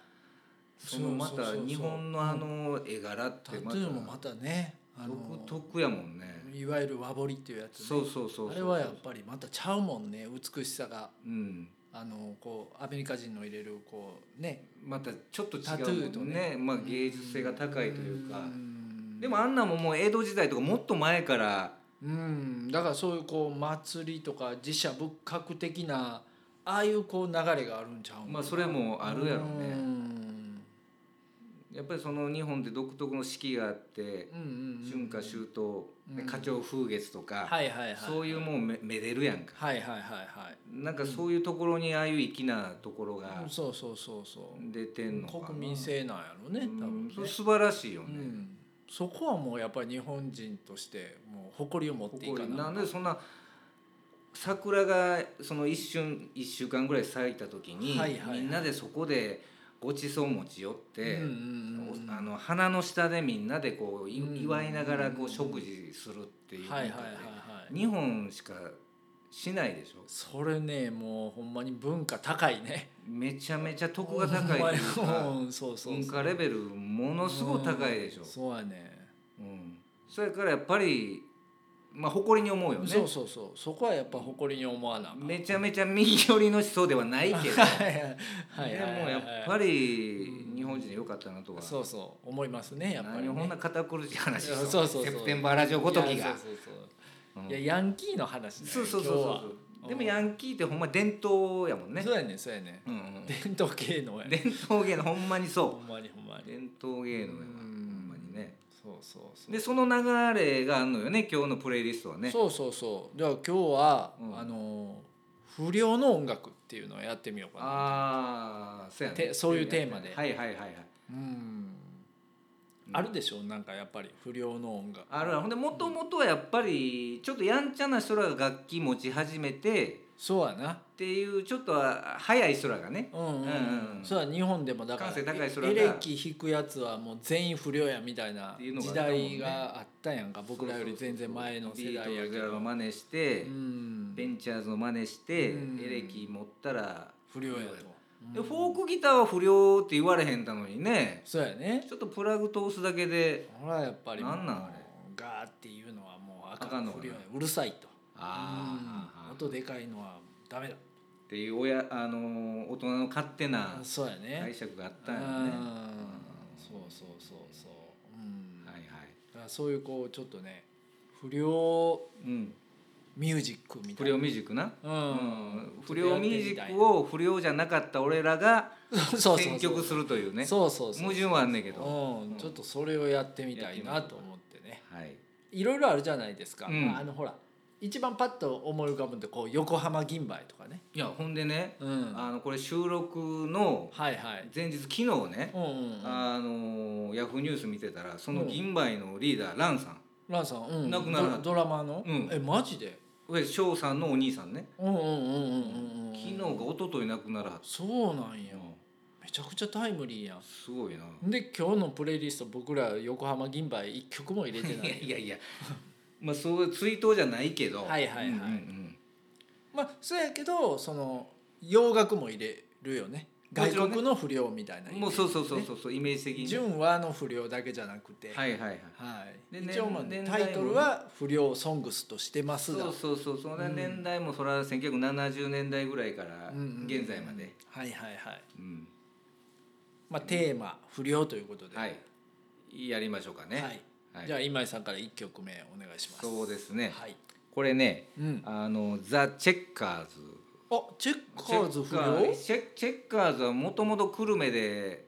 [SPEAKER 1] そのま
[SPEAKER 2] そうそう
[SPEAKER 1] た
[SPEAKER 2] そうそう
[SPEAKER 1] 日本のあの絵柄って
[SPEAKER 2] タトゥ
[SPEAKER 1] ま
[SPEAKER 2] ーもま
[SPEAKER 1] た
[SPEAKER 2] たねあの
[SPEAKER 1] 独特やもんね。
[SPEAKER 2] いわゆる和彫りっていうやつね
[SPEAKER 1] そうそうそうそう。
[SPEAKER 2] あれはやっぱりまたちゃうもんね美しさが
[SPEAKER 1] うん。
[SPEAKER 2] あのこうアメリカ人の入れるこうね
[SPEAKER 1] またちょっと違
[SPEAKER 2] タトゥー
[SPEAKER 1] う
[SPEAKER 2] と
[SPEAKER 1] もん
[SPEAKER 2] ね
[SPEAKER 1] ね。まあ芸術性が高いというか。
[SPEAKER 2] ん
[SPEAKER 1] でもあんなもんもう江戸時代とかもっと前から
[SPEAKER 2] うんだからそういうこう祭りとか寺社仏閣的なああいうこう流れがあるんちゃうん
[SPEAKER 1] まあそれもあるやろう
[SPEAKER 2] う
[SPEAKER 1] ね
[SPEAKER 2] ん
[SPEAKER 1] やっぱりその日本って独特の四季があって
[SPEAKER 2] うんうんうん
[SPEAKER 1] 春夏秋冬ね
[SPEAKER 2] うん
[SPEAKER 1] 花鳥風月とか
[SPEAKER 2] はいはいはい
[SPEAKER 1] そういうもうめめでるやんか
[SPEAKER 2] はいはいはいはい
[SPEAKER 1] なんかそういうところにああいう粋なところが
[SPEAKER 2] うんそうそうそうそう
[SPEAKER 1] 出てんのかな
[SPEAKER 2] 国民性なんやろね多分ね
[SPEAKER 1] うん素晴らしいよ
[SPEAKER 2] う
[SPEAKER 1] ね、
[SPEAKER 2] んそこはもうやっぱり日本人としてもう誇りを持ってい
[SPEAKER 1] 誇
[SPEAKER 2] か
[SPEAKER 1] りな
[SPEAKER 2] なん
[SPEAKER 1] でそんな桜がその一瞬1週間ぐらい咲いた時に、
[SPEAKER 2] はいはいはい
[SPEAKER 1] みんなでそこでごちそう持ち寄って、
[SPEAKER 2] うんうんうん
[SPEAKER 1] あの花の下でみんなでこうい
[SPEAKER 2] うん
[SPEAKER 1] 祝いながらこう食事するっていうのっ
[SPEAKER 2] はいはい
[SPEAKER 1] て
[SPEAKER 2] はいはい
[SPEAKER 1] 日本しかしないでしょ
[SPEAKER 2] それねもうほんまに文化高いね
[SPEAKER 1] めちゃめちゃ得が高いという
[SPEAKER 2] ほん まに
[SPEAKER 1] か
[SPEAKER 2] うんそうそう
[SPEAKER 1] 文化レベルも
[SPEAKER 2] も
[SPEAKER 1] のすごく高いでしょ、
[SPEAKER 2] そうやね
[SPEAKER 1] うん、それからやっぱり、まあ、誇りに思うよね
[SPEAKER 2] そうそうそうそこはやっぱ誇りに思わなあかん
[SPEAKER 1] めちゃめちゃ右寄りの思想ではないけど
[SPEAKER 2] はいはいはい
[SPEAKER 1] でもやっぱり日本人良かったなとは、
[SPEAKER 2] そうそう思いますねやっぱり
[SPEAKER 1] 何をこんな
[SPEAKER 2] ね
[SPEAKER 1] 堅苦しい話し
[SPEAKER 2] い
[SPEAKER 1] た
[SPEAKER 2] やそうそうそう
[SPEAKER 1] セプテンバーラジオごとき
[SPEAKER 2] いや
[SPEAKER 1] が
[SPEAKER 2] そうそうそううんいやヤンキーの話ね
[SPEAKER 1] そうそうそう
[SPEAKER 2] 今日は
[SPEAKER 1] そうでもヤンキーってほんま伝統やもんね
[SPEAKER 2] そうやねそうやね
[SPEAKER 1] うんうん
[SPEAKER 2] 伝統芸能やね
[SPEAKER 1] 伝統芸能ほんまに
[SPEAKER 2] ほ
[SPEAKER 1] そ
[SPEAKER 2] んまにほんま
[SPEAKER 1] う
[SPEAKER 2] に
[SPEAKER 1] 伝統芸能やわほ
[SPEAKER 2] うん
[SPEAKER 1] んまにね
[SPEAKER 2] そうそうそう
[SPEAKER 1] でその流れがあるのよね今日のプレイリストはね
[SPEAKER 2] そうそうそうじゃあ今日は、
[SPEAKER 1] うん
[SPEAKER 2] あの不良の音楽っていうのをやってみようかな
[SPEAKER 1] ああそうやね
[SPEAKER 2] てそういうテーマで
[SPEAKER 1] はいはいはいはい
[SPEAKER 2] うん
[SPEAKER 1] うん
[SPEAKER 2] あるでしょなんかやっぱり不良の音楽
[SPEAKER 1] あるわほんでもともとはやっぱりちょっとやんちゃな人らが楽器持ち始めて
[SPEAKER 2] そうやな
[SPEAKER 1] っていうちょっとは早い人らがね
[SPEAKER 2] うんうん、うん
[SPEAKER 1] うんうん
[SPEAKER 2] そうや日本でもだから
[SPEAKER 1] 感性高い人らが
[SPEAKER 2] エレキ弾くやつはもう全員不良やみたいな
[SPEAKER 1] っていうのがあ
[SPEAKER 2] 時
[SPEAKER 1] ったもんね
[SPEAKER 2] 代があったやんか僕らより全然前の世代や
[SPEAKER 1] ビー
[SPEAKER 2] け
[SPEAKER 1] トルズ
[SPEAKER 2] ど
[SPEAKER 1] の真似して、
[SPEAKER 2] うん
[SPEAKER 1] ベンチャーズの真似して、
[SPEAKER 2] うん
[SPEAKER 1] エレキ持ったら
[SPEAKER 2] 不良やと
[SPEAKER 1] で
[SPEAKER 2] うん
[SPEAKER 1] フォークギターは不良って言われへんだのにね
[SPEAKER 2] そうやね
[SPEAKER 1] ちょっとプラグ通すだけで
[SPEAKER 2] ほらやっぱりもう
[SPEAKER 1] なんなんあれ
[SPEAKER 2] ガーっていうのはもう
[SPEAKER 1] あ
[SPEAKER 2] 赤
[SPEAKER 1] かん
[SPEAKER 2] の
[SPEAKER 1] のかな
[SPEAKER 2] 不良やうるさいとうん
[SPEAKER 1] うん
[SPEAKER 2] 音でかいのはダメだ
[SPEAKER 1] っていう親あの大人の勝手な
[SPEAKER 2] そうやね
[SPEAKER 1] 解釈があったんやね
[SPEAKER 2] うんそうそうそうそううん、
[SPEAKER 1] はいは
[SPEAKER 2] だからそういうこうちょっとね不良
[SPEAKER 1] い、うん、
[SPEAKER 2] ミュージックみた
[SPEAKER 1] 不
[SPEAKER 2] いな
[SPEAKER 1] 良ミュージックな、
[SPEAKER 2] うん
[SPEAKER 1] うん不良ミュージックを不良じゃなかった俺らが
[SPEAKER 2] そうそうそう
[SPEAKER 1] 選曲するというね
[SPEAKER 2] そうそうそう
[SPEAKER 1] 矛盾はあんねんけど、
[SPEAKER 2] うん、ちょっとそれをやってみたいなと思ってね
[SPEAKER 1] はい、
[SPEAKER 2] いろいろあるじゃないですか、
[SPEAKER 1] うん
[SPEAKER 2] あのほら一番パッと思い浮かぶんでこう横浜銀杯とかね、
[SPEAKER 1] いやほんでね、
[SPEAKER 2] うん、は
[SPEAKER 1] あのこれ収録の
[SPEAKER 2] いはい、
[SPEAKER 1] 前日昨日ね、
[SPEAKER 2] うんうんうん、
[SPEAKER 1] あのヤフーニュース見てたらその
[SPEAKER 2] うん
[SPEAKER 1] 銀杯のリーダー、ランさん
[SPEAKER 2] ランさん、うん、
[SPEAKER 1] 亡くならはっ
[SPEAKER 2] ドドラマーの、
[SPEAKER 1] うん
[SPEAKER 2] えマジで
[SPEAKER 1] これ翔さんのお兄さんね
[SPEAKER 2] うんうんうんうんうんうん
[SPEAKER 1] 昨日か一昨日亡くならはっ
[SPEAKER 2] そうなん
[SPEAKER 1] て
[SPEAKER 2] やめちゃくちゃタイムリーやん
[SPEAKER 1] すごい な
[SPEAKER 2] で今日のプレイリスト僕ら横浜銀杯一曲も入れてない
[SPEAKER 1] いやいやいや まあそういう追悼じゃないけど
[SPEAKER 2] はいはいはい
[SPEAKER 1] うんうんうん
[SPEAKER 2] まあそうやけどその洋楽も入れるよね
[SPEAKER 1] も
[SPEAKER 2] 外
[SPEAKER 1] ちろんね
[SPEAKER 2] 国の不良みたいな、
[SPEAKER 1] もうそうそうそうそうそうイメージ的にね
[SPEAKER 2] 純和の不良だけじゃなくて、
[SPEAKER 1] はいはいはい
[SPEAKER 2] はい
[SPEAKER 1] で
[SPEAKER 2] 一応まあ
[SPEAKER 1] 年代
[SPEAKER 2] タイトルは「不良ソングスとしてます
[SPEAKER 1] そ
[SPEAKER 2] が」
[SPEAKER 1] うそうそうその
[SPEAKER 2] うん
[SPEAKER 1] 年代もそれは1970年代ぐらいから
[SPEAKER 2] うんうん
[SPEAKER 1] 現在まで、
[SPEAKER 2] はいはいはい、
[SPEAKER 1] うん
[SPEAKER 2] まあ、テーマ「不良」ということで、
[SPEAKER 1] はいやりましょうかね
[SPEAKER 2] はい
[SPEAKER 1] はい
[SPEAKER 2] じゃあ今井さんから一曲目お願いします。
[SPEAKER 1] そうですね
[SPEAKER 2] はい。
[SPEAKER 1] これね
[SPEAKER 2] うん。
[SPEAKER 1] あのザ・チェッカーズ
[SPEAKER 2] あ、チェッカーズ不良？
[SPEAKER 1] チェッチェッカーズはもともと久留米で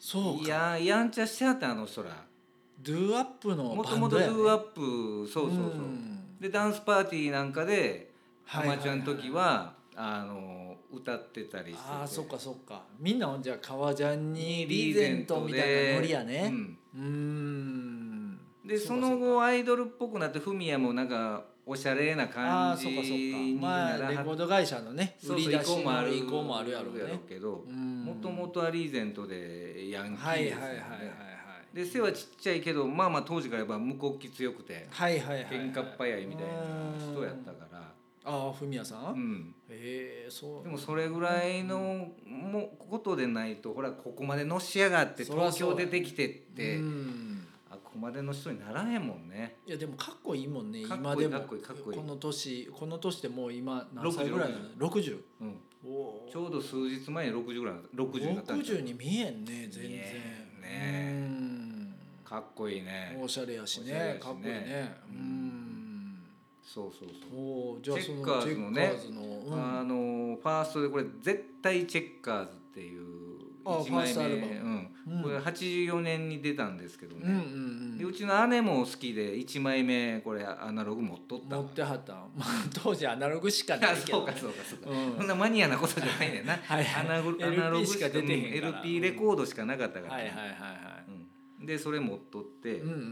[SPEAKER 2] そう
[SPEAKER 1] いや
[SPEAKER 2] か。
[SPEAKER 1] やんちゃしてはったあの人ら
[SPEAKER 2] ドゥアップの
[SPEAKER 1] も
[SPEAKER 2] バ
[SPEAKER 1] とも
[SPEAKER 2] ンド
[SPEAKER 1] とド
[SPEAKER 2] やね。
[SPEAKER 1] ゥアッ
[SPEAKER 2] ッ
[SPEAKER 1] プそうそうそう、
[SPEAKER 2] ん
[SPEAKER 1] でダンスパーティーなんかで
[SPEAKER 2] は
[SPEAKER 1] ア
[SPEAKER 2] いはいは
[SPEAKER 1] マ
[SPEAKER 2] い
[SPEAKER 1] チュアの時はあの歌ってたりしてて
[SPEAKER 2] ああ、そっかそっか。みんなじゃあ革ジャンに
[SPEAKER 1] に
[SPEAKER 2] リ
[SPEAKER 1] リ
[SPEAKER 2] ー
[SPEAKER 1] ー
[SPEAKER 2] ゼ
[SPEAKER 1] ゼ
[SPEAKER 2] ン
[SPEAKER 1] ン
[SPEAKER 2] ト
[SPEAKER 1] ト
[SPEAKER 2] み
[SPEAKER 1] で
[SPEAKER 2] たいなノリやね。うー
[SPEAKER 1] う
[SPEAKER 2] ん。
[SPEAKER 1] んでその後アイドルっぽくなってフミヤもなんかおしゃれな
[SPEAKER 2] ああ
[SPEAKER 1] 感
[SPEAKER 2] ー
[SPEAKER 1] じ
[SPEAKER 2] そっかそ
[SPEAKER 1] に
[SPEAKER 2] っか。ま
[SPEAKER 1] な
[SPEAKER 2] あ
[SPEAKER 1] ら
[SPEAKER 2] レ
[SPEAKER 1] は
[SPEAKER 2] コード会社のね、売
[SPEAKER 1] そう
[SPEAKER 2] り
[SPEAKER 1] そう
[SPEAKER 2] 出
[SPEAKER 1] 意
[SPEAKER 2] し
[SPEAKER 1] 向もあ
[SPEAKER 2] の
[SPEAKER 1] る
[SPEAKER 2] 意向もあるやろうね。
[SPEAKER 1] けど
[SPEAKER 2] うん
[SPEAKER 1] もともとはリーゼントでヤンキー
[SPEAKER 2] はい
[SPEAKER 1] です
[SPEAKER 2] は
[SPEAKER 1] よ
[SPEAKER 2] いはいはい
[SPEAKER 1] ね
[SPEAKER 2] はい。
[SPEAKER 1] で背はちっちゃいけどまあまあ当時からやっぱ無国旗強くて
[SPEAKER 2] はいはいはいはい。
[SPEAKER 1] 喧嘩っ早いみたいな人やった
[SPEAKER 2] うん。
[SPEAKER 1] か
[SPEAKER 2] ああ、フミヤさ？
[SPEAKER 1] ら、うんん、
[SPEAKER 2] へえ、そう。
[SPEAKER 1] でもそれぐらいのもことでないとほらここまでのし上がって
[SPEAKER 2] そら
[SPEAKER 1] 東
[SPEAKER 2] そう
[SPEAKER 1] 京
[SPEAKER 2] や
[SPEAKER 1] 出てきてって
[SPEAKER 2] うん
[SPEAKER 1] あここまでの人にならへんもんね
[SPEAKER 2] いやでもかっこいいもんね
[SPEAKER 1] かっ
[SPEAKER 2] 今
[SPEAKER 1] こいい
[SPEAKER 2] でも
[SPEAKER 1] かっこいいかっこいい
[SPEAKER 2] の年この年でもう今何歳ぐらいなの 60?
[SPEAKER 1] うん、
[SPEAKER 2] お
[SPEAKER 1] ちょうど数日前に60ぐらい60になったんちゃう
[SPEAKER 2] 60に見えんね全然
[SPEAKER 1] 見えかっこいい
[SPEAKER 2] うん
[SPEAKER 1] ね
[SPEAKER 2] おしゃれやし
[SPEAKER 1] おしゃれや
[SPEAKER 2] ね
[SPEAKER 1] しね
[SPEAKER 2] かっこいいねう
[SPEAKER 1] うん
[SPEAKER 2] ん
[SPEAKER 1] そうそうそう、
[SPEAKER 2] おーじゃあその
[SPEAKER 1] チェッ
[SPEAKER 2] チェッ
[SPEAKER 1] カ
[SPEAKER 2] カ
[SPEAKER 1] ーズのね
[SPEAKER 2] ーズのうん
[SPEAKER 1] あのファーストでこれ絶対チェッカーズっていう
[SPEAKER 2] あ
[SPEAKER 1] 1枚
[SPEAKER 2] ファーストア
[SPEAKER 1] 目
[SPEAKER 2] ルバ
[SPEAKER 1] う
[SPEAKER 2] うん
[SPEAKER 1] ん、これ84年に出たんですけどね、
[SPEAKER 2] うんうんうん
[SPEAKER 1] でうちの姉も好きで1枚目これアナログ持っとった
[SPEAKER 2] 持
[SPEAKER 1] わ
[SPEAKER 2] ってはったん、まあ、当時アナログしかな
[SPEAKER 1] あ
[SPEAKER 2] いけど
[SPEAKER 1] そうか そうかそうか、
[SPEAKER 2] うん
[SPEAKER 1] そんなマニアなことじゃないんだよな
[SPEAKER 2] はいはい
[SPEAKER 1] アナグ
[SPEAKER 2] LP
[SPEAKER 1] アナログ
[SPEAKER 2] しか出てへんから
[SPEAKER 1] うん LP レコードしかなかったから、
[SPEAKER 2] はいはいはいは
[SPEAKER 1] うんでそれ持っとって、
[SPEAKER 2] いうんうんうんう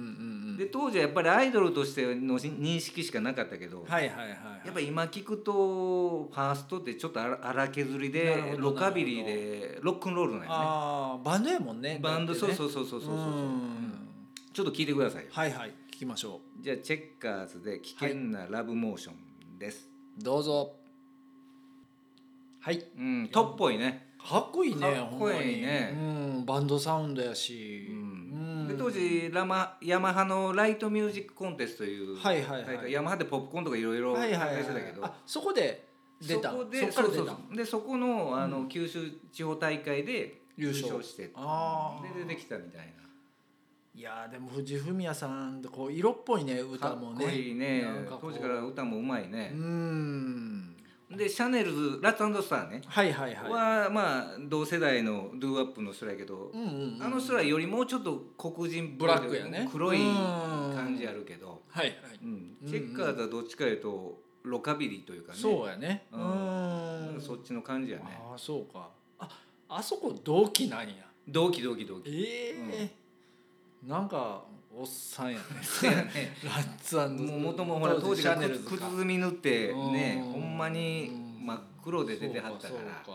[SPEAKER 2] ん
[SPEAKER 1] で当時はやっぱりアイドルとしての認識しかなかったけど、
[SPEAKER 2] はいはいはいはい
[SPEAKER 1] やっぱ今聞くとファーストってちょっと荒荒削りで
[SPEAKER 2] なるほど
[SPEAKER 1] ロカビリーでロックンロールなんよ
[SPEAKER 2] ああバンドやもんね
[SPEAKER 1] ねバンド、そうそううそうそうそうそう、
[SPEAKER 2] ん
[SPEAKER 1] ちょっと聞いてくださいよ
[SPEAKER 2] はいはい聞きましょ
[SPEAKER 1] じゃあチェッカーズで危険なラブモーションです、
[SPEAKER 2] うどうぞはい
[SPEAKER 1] うんトップっぽいね、
[SPEAKER 2] かっこいいね
[SPEAKER 1] かっこいいね
[SPEAKER 2] ほんまにうんバンドサウンドやし、
[SPEAKER 1] うんで当時ラマヤマハのライトミュージックコンテストという
[SPEAKER 2] はいはいはい
[SPEAKER 1] 大会ヤマハでポップコーンとかいろいろ
[SPEAKER 2] はい
[SPEAKER 1] 大
[SPEAKER 2] はい
[SPEAKER 1] 会し
[SPEAKER 2] はい
[SPEAKER 1] てたけど、
[SPEAKER 2] あそこで出た
[SPEAKER 1] そこで
[SPEAKER 2] そっから出た
[SPEAKER 1] うううでそこのあの、九州地方大会で
[SPEAKER 2] 優勝
[SPEAKER 1] して
[SPEAKER 2] あー
[SPEAKER 1] で出てきたみたいない
[SPEAKER 2] やーでも藤井フミヤさんってこう色っぽいね歌もね
[SPEAKER 1] かっこいいね
[SPEAKER 2] なんかこう
[SPEAKER 1] 当時から歌もうまいう
[SPEAKER 2] ー
[SPEAKER 1] ね、
[SPEAKER 2] ん
[SPEAKER 1] でシャネルズラッツスターね、
[SPEAKER 2] はいはいはい
[SPEAKER 1] はまあ同世代のドゥーアップの人やけど、
[SPEAKER 2] うんうんうん
[SPEAKER 1] あの人らよりもうちょっと黒人っぽい
[SPEAKER 2] ブラックやね
[SPEAKER 1] 黒い
[SPEAKER 2] うん
[SPEAKER 1] 感じあるけど、
[SPEAKER 2] はいはい、
[SPEAKER 1] うんチェッカーズはどっちかいうとロカビリーというかね
[SPEAKER 2] そうやねう
[SPEAKER 1] う
[SPEAKER 2] ー
[SPEAKER 1] ん
[SPEAKER 2] ん
[SPEAKER 1] なんかそっちの感じやね
[SPEAKER 2] ああそうかああそこ同期なんや
[SPEAKER 1] 同期同期同期
[SPEAKER 2] ええなんかおっさんやね
[SPEAKER 1] そうやね
[SPEAKER 2] ラッツアン ド
[SPEAKER 1] もう元もほら当時
[SPEAKER 2] シ
[SPEAKER 1] が
[SPEAKER 2] ャネ
[SPEAKER 1] 靴
[SPEAKER 2] ルズ
[SPEAKER 1] 靴
[SPEAKER 2] か
[SPEAKER 1] 積み塗ってね
[SPEAKER 2] うん
[SPEAKER 1] ほんまに真っ黒で出てはった
[SPEAKER 2] そう
[SPEAKER 1] か
[SPEAKER 2] からそうか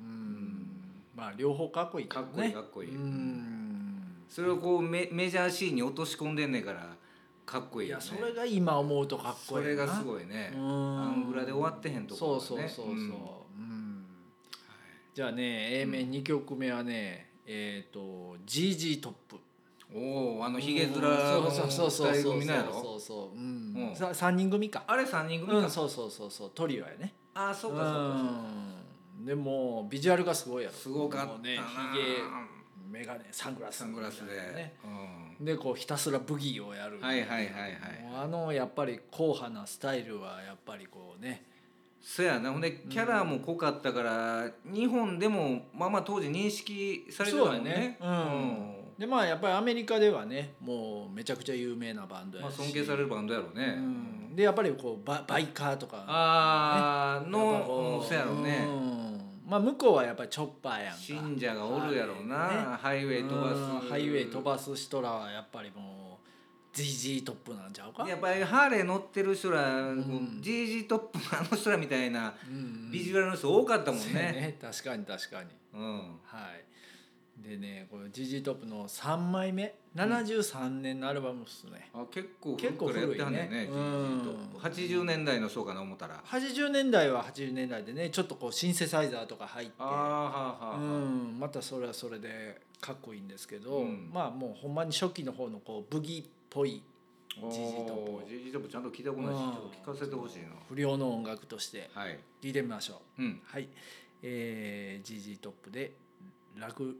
[SPEAKER 2] うんまあ両方かっこいいけどね
[SPEAKER 1] かっこいいかっこいいう
[SPEAKER 2] ーん
[SPEAKER 1] それをこうメメジャーシーンに落とし込んでんねんからかっこいい
[SPEAKER 2] い
[SPEAKER 1] よ
[SPEAKER 2] や
[SPEAKER 1] ね
[SPEAKER 2] それが今思うとかっこいい
[SPEAKER 1] それがす
[SPEAKER 2] い
[SPEAKER 1] ごいね
[SPEAKER 2] うーん
[SPEAKER 1] アングラで終わってへんところがね
[SPEAKER 2] そうそうそうそう、う
[SPEAKER 1] うん
[SPEAKER 2] んじゃあね A 面2曲目はね、えっ、ー、と GG トップ
[SPEAKER 1] おおあのひげ面の
[SPEAKER 2] うんそうそうそうそう
[SPEAKER 1] 二人組なんや
[SPEAKER 2] そ
[SPEAKER 1] ろ
[SPEAKER 2] うそう、うん
[SPEAKER 1] うん
[SPEAKER 2] さ3人組か
[SPEAKER 1] あれ三人組
[SPEAKER 2] う
[SPEAKER 1] か
[SPEAKER 2] んそうそうそうそうトリオやね
[SPEAKER 1] あそうかそうかそうか
[SPEAKER 2] うんでもビジュアルがすごいやろ
[SPEAKER 1] すごかった
[SPEAKER 2] も
[SPEAKER 1] な
[SPEAKER 2] うねひげメガネサングラス
[SPEAKER 1] サングラスで、
[SPEAKER 2] ね
[SPEAKER 1] うん
[SPEAKER 2] でこうひたすらブギーをやる
[SPEAKER 1] はいはいはいはい
[SPEAKER 2] もうあのやっぱり硬派なスタイルはやっぱりこうね
[SPEAKER 1] そやなほんでキャラも濃かったから、日本でもまあまあ当時認識されてたもんね
[SPEAKER 2] そうやねでまあやっぱりアメリカではねもうめちゃくちゃ有名なバンド
[SPEAKER 1] うん
[SPEAKER 2] やし、
[SPEAKER 1] まあ、尊敬されるバンドやろうね、
[SPEAKER 2] うんでやっぱりこうババイカーとか
[SPEAKER 1] ああ
[SPEAKER 2] やっぱこ
[SPEAKER 1] の、
[SPEAKER 2] う
[SPEAKER 1] そやろうね、
[SPEAKER 2] うんまあ向こうはやっぱりチョッパーやんか
[SPEAKER 1] 信者がおるやろう
[SPEAKER 2] あれ
[SPEAKER 1] な、ハイウェイ飛ば
[SPEAKER 2] う
[SPEAKER 1] す
[SPEAKER 2] んハイウェイ飛ばす人らはやっぱりもう GG トップなんちゃうか
[SPEAKER 1] やっぱりハーレー乗ってる人ら、
[SPEAKER 2] ん
[SPEAKER 1] GG トップのあの人らみたいな
[SPEAKER 2] うん
[SPEAKER 1] ビジュアルの人多かったもん
[SPEAKER 2] そうや
[SPEAKER 1] ね。
[SPEAKER 2] 確かに確かに
[SPEAKER 1] うん、
[SPEAKER 2] はいでねこの GG トップの3枚目73年のアルバムっすね、
[SPEAKER 1] あ結構古くからやってはんねんね
[SPEAKER 2] 結構古いね
[SPEAKER 1] GG トップ80年代のそうかな思ったら。
[SPEAKER 2] 80年代は80年代でねちょっとこうシンセサイザーとか入って
[SPEAKER 1] あーはあはあ
[SPEAKER 2] う
[SPEAKER 1] はあ
[SPEAKER 2] ん、またそれはそれでかっこいいんですけど、
[SPEAKER 1] うん
[SPEAKER 2] まあもうほんまに初期の方のこうブギっぽい
[SPEAKER 1] おー
[SPEAKER 2] GG トップ
[SPEAKER 1] GG トップちゃんと聞いたことないし
[SPEAKER 2] うん
[SPEAKER 1] ちょっと聞かせてほしいな。
[SPEAKER 2] 不良の音楽として
[SPEAKER 1] はい。
[SPEAKER 2] 聴いてみましょう。
[SPEAKER 1] うん。
[SPEAKER 2] はい、えー、GG トップでラグ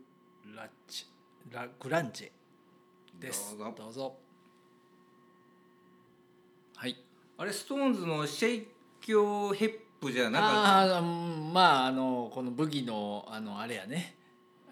[SPEAKER 2] ラッチラグランジェです。
[SPEAKER 1] どうぞ
[SPEAKER 2] どうぞ。はい。
[SPEAKER 1] あれストーンズのシェイキョーヘップじゃなかった。
[SPEAKER 2] ああうんまああのこの武器のあのあれやね。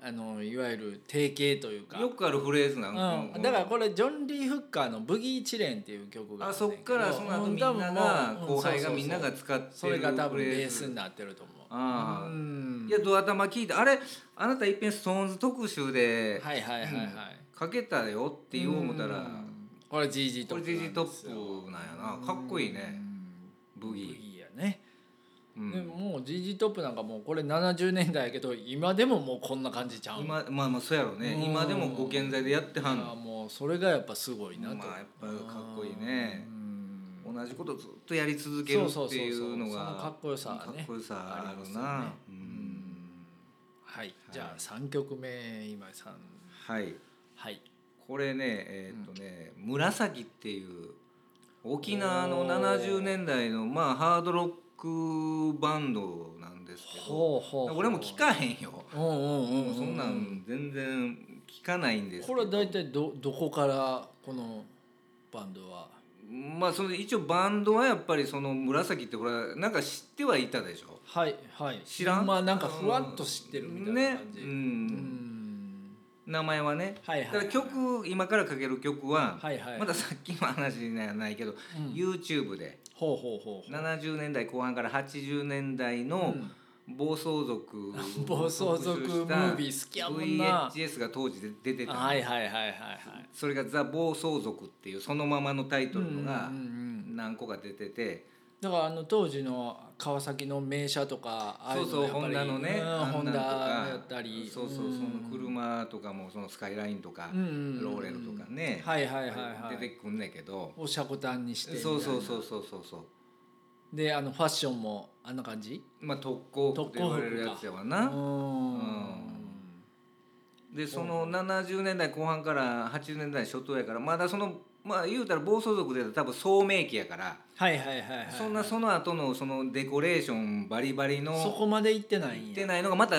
[SPEAKER 2] あのいわゆる定型というか。
[SPEAKER 1] よくあるフレーズなんか、
[SPEAKER 2] うん、だからこれジョン・リー・フッカーの「ブギー・チレン」っていう曲
[SPEAKER 1] あ
[SPEAKER 2] がるねん
[SPEAKER 1] そ
[SPEAKER 2] け
[SPEAKER 1] っ
[SPEAKER 2] ど
[SPEAKER 1] からその後
[SPEAKER 2] うん
[SPEAKER 1] みん
[SPEAKER 2] 多分
[SPEAKER 1] なが
[SPEAKER 2] もううん
[SPEAKER 1] 後輩
[SPEAKER 2] そ
[SPEAKER 1] が
[SPEAKER 2] うそうそう
[SPEAKER 1] みんなが使ってる
[SPEAKER 2] それが多分ベース
[SPEAKER 1] フ
[SPEAKER 2] に
[SPEAKER 1] レ
[SPEAKER 2] なってると思う
[SPEAKER 1] ああ
[SPEAKER 2] うん
[SPEAKER 1] いやドア玉聞いてあれあなた一遍ストーンズ特集で
[SPEAKER 2] はいはいはいはい、
[SPEAKER 1] かけたよって言おう思ったら
[SPEAKER 2] うんこれ GG ト
[SPEAKER 1] こ
[SPEAKER 2] ッ
[SPEAKER 1] れ
[SPEAKER 2] プなんです
[SPEAKER 1] GG
[SPEAKER 2] よ
[SPEAKER 1] トップなんやなかっこいいねブ
[SPEAKER 2] ブ
[SPEAKER 1] ギ
[SPEAKER 2] ギーやね、
[SPEAKER 1] ー、うん
[SPEAKER 2] でももう GG トップなんかもうこれ70年代やけど今でももうこんな感じちゃう
[SPEAKER 1] 今まあまあそうやろうね
[SPEAKER 2] うん
[SPEAKER 1] 今でもご健在でやってはん
[SPEAKER 2] あー
[SPEAKER 1] の
[SPEAKER 2] もうそれがやっぱすごいなと、
[SPEAKER 1] まあやっぱかっこいいね
[SPEAKER 2] うん
[SPEAKER 1] 同じことずっとやり続けるっていうの
[SPEAKER 2] そうそうそうそうその
[SPEAKER 1] が
[SPEAKER 2] かっこよさは
[SPEAKER 1] か
[SPEAKER 2] ね
[SPEAKER 1] っこよさあ
[SPEAKER 2] あります
[SPEAKER 1] る
[SPEAKER 2] よね
[SPEAKER 1] な、う
[SPEAKER 2] うんんはい、じゃあ3曲目今井さん
[SPEAKER 1] はい
[SPEAKER 2] はい
[SPEAKER 1] これねえーっとね、紫っていう沖縄の70年代のまあハードロックバンドなんですけど
[SPEAKER 2] ほうほうほう
[SPEAKER 1] 俺も聞かへんよ、
[SPEAKER 2] うんうんうんう
[SPEAKER 1] も
[SPEAKER 2] ん
[SPEAKER 1] うそんなん全然聞かないんです
[SPEAKER 2] これは大体どどこからこのバンドは
[SPEAKER 1] まあその一応バンドはやっぱりその紫ってほらなんか知ってはいたでしょ
[SPEAKER 2] はいはい
[SPEAKER 1] 知らん
[SPEAKER 2] まあなんかふわっと知ってるみたいな感じ、
[SPEAKER 1] ねう、
[SPEAKER 2] うんん
[SPEAKER 1] 名前はね
[SPEAKER 2] はいはい
[SPEAKER 1] だか
[SPEAKER 2] はい
[SPEAKER 1] ら曲今からかける曲は
[SPEAKER 2] はいはい
[SPEAKER 1] まださっきの話にはないけど
[SPEAKER 2] うん
[SPEAKER 1] YouTube で
[SPEAKER 2] ほうほうほうほう
[SPEAKER 1] 70年代後半から80年代
[SPEAKER 2] う
[SPEAKER 1] の
[SPEAKER 2] ん
[SPEAKER 1] 暴走族を
[SPEAKER 2] 暴走族ムービー好きやもんな
[SPEAKER 1] VHS が当時で出てた
[SPEAKER 2] はいはいはいはいはい
[SPEAKER 1] それが「ザ・暴走族」っていうそのままのタイトルのが
[SPEAKER 2] うんうんうん
[SPEAKER 1] 何個か出てて
[SPEAKER 2] だからあの当時の川崎の名車とかああ
[SPEAKER 1] そう
[SPEAKER 2] いの
[SPEAKER 1] そう
[SPEAKER 2] やっ
[SPEAKER 1] ホ
[SPEAKER 2] ぱ
[SPEAKER 1] ン
[SPEAKER 2] り
[SPEAKER 1] ダのね
[SPEAKER 2] うん
[SPEAKER 1] あ
[SPEAKER 2] ホ
[SPEAKER 1] ん
[SPEAKER 2] ン
[SPEAKER 1] な
[SPEAKER 2] ダ
[SPEAKER 1] んとか
[SPEAKER 2] やったり
[SPEAKER 1] そうそうその車とかもそのスカイラインとか
[SPEAKER 2] う
[SPEAKER 1] ロ
[SPEAKER 2] ん
[SPEAKER 1] ーレルとかね
[SPEAKER 2] はいはいはいはい
[SPEAKER 1] 出てくんねんけど
[SPEAKER 2] をしゃこたんにしてみたいな
[SPEAKER 1] そうそうそうそうそうそう
[SPEAKER 2] であのファッションもあんな感じ
[SPEAKER 1] まあ特攻服って言われるやつやわな
[SPEAKER 2] うん
[SPEAKER 1] でその70年代後半から80年代初頭やからまだそのまあ言うたら暴走族で言うと多分聡明期やから
[SPEAKER 2] はいはいはいはい
[SPEAKER 1] そんなその後のそのデコレーションバリバリ
[SPEAKER 2] そ
[SPEAKER 1] の
[SPEAKER 2] こまで行ってないんや
[SPEAKER 1] 行ってないのがまた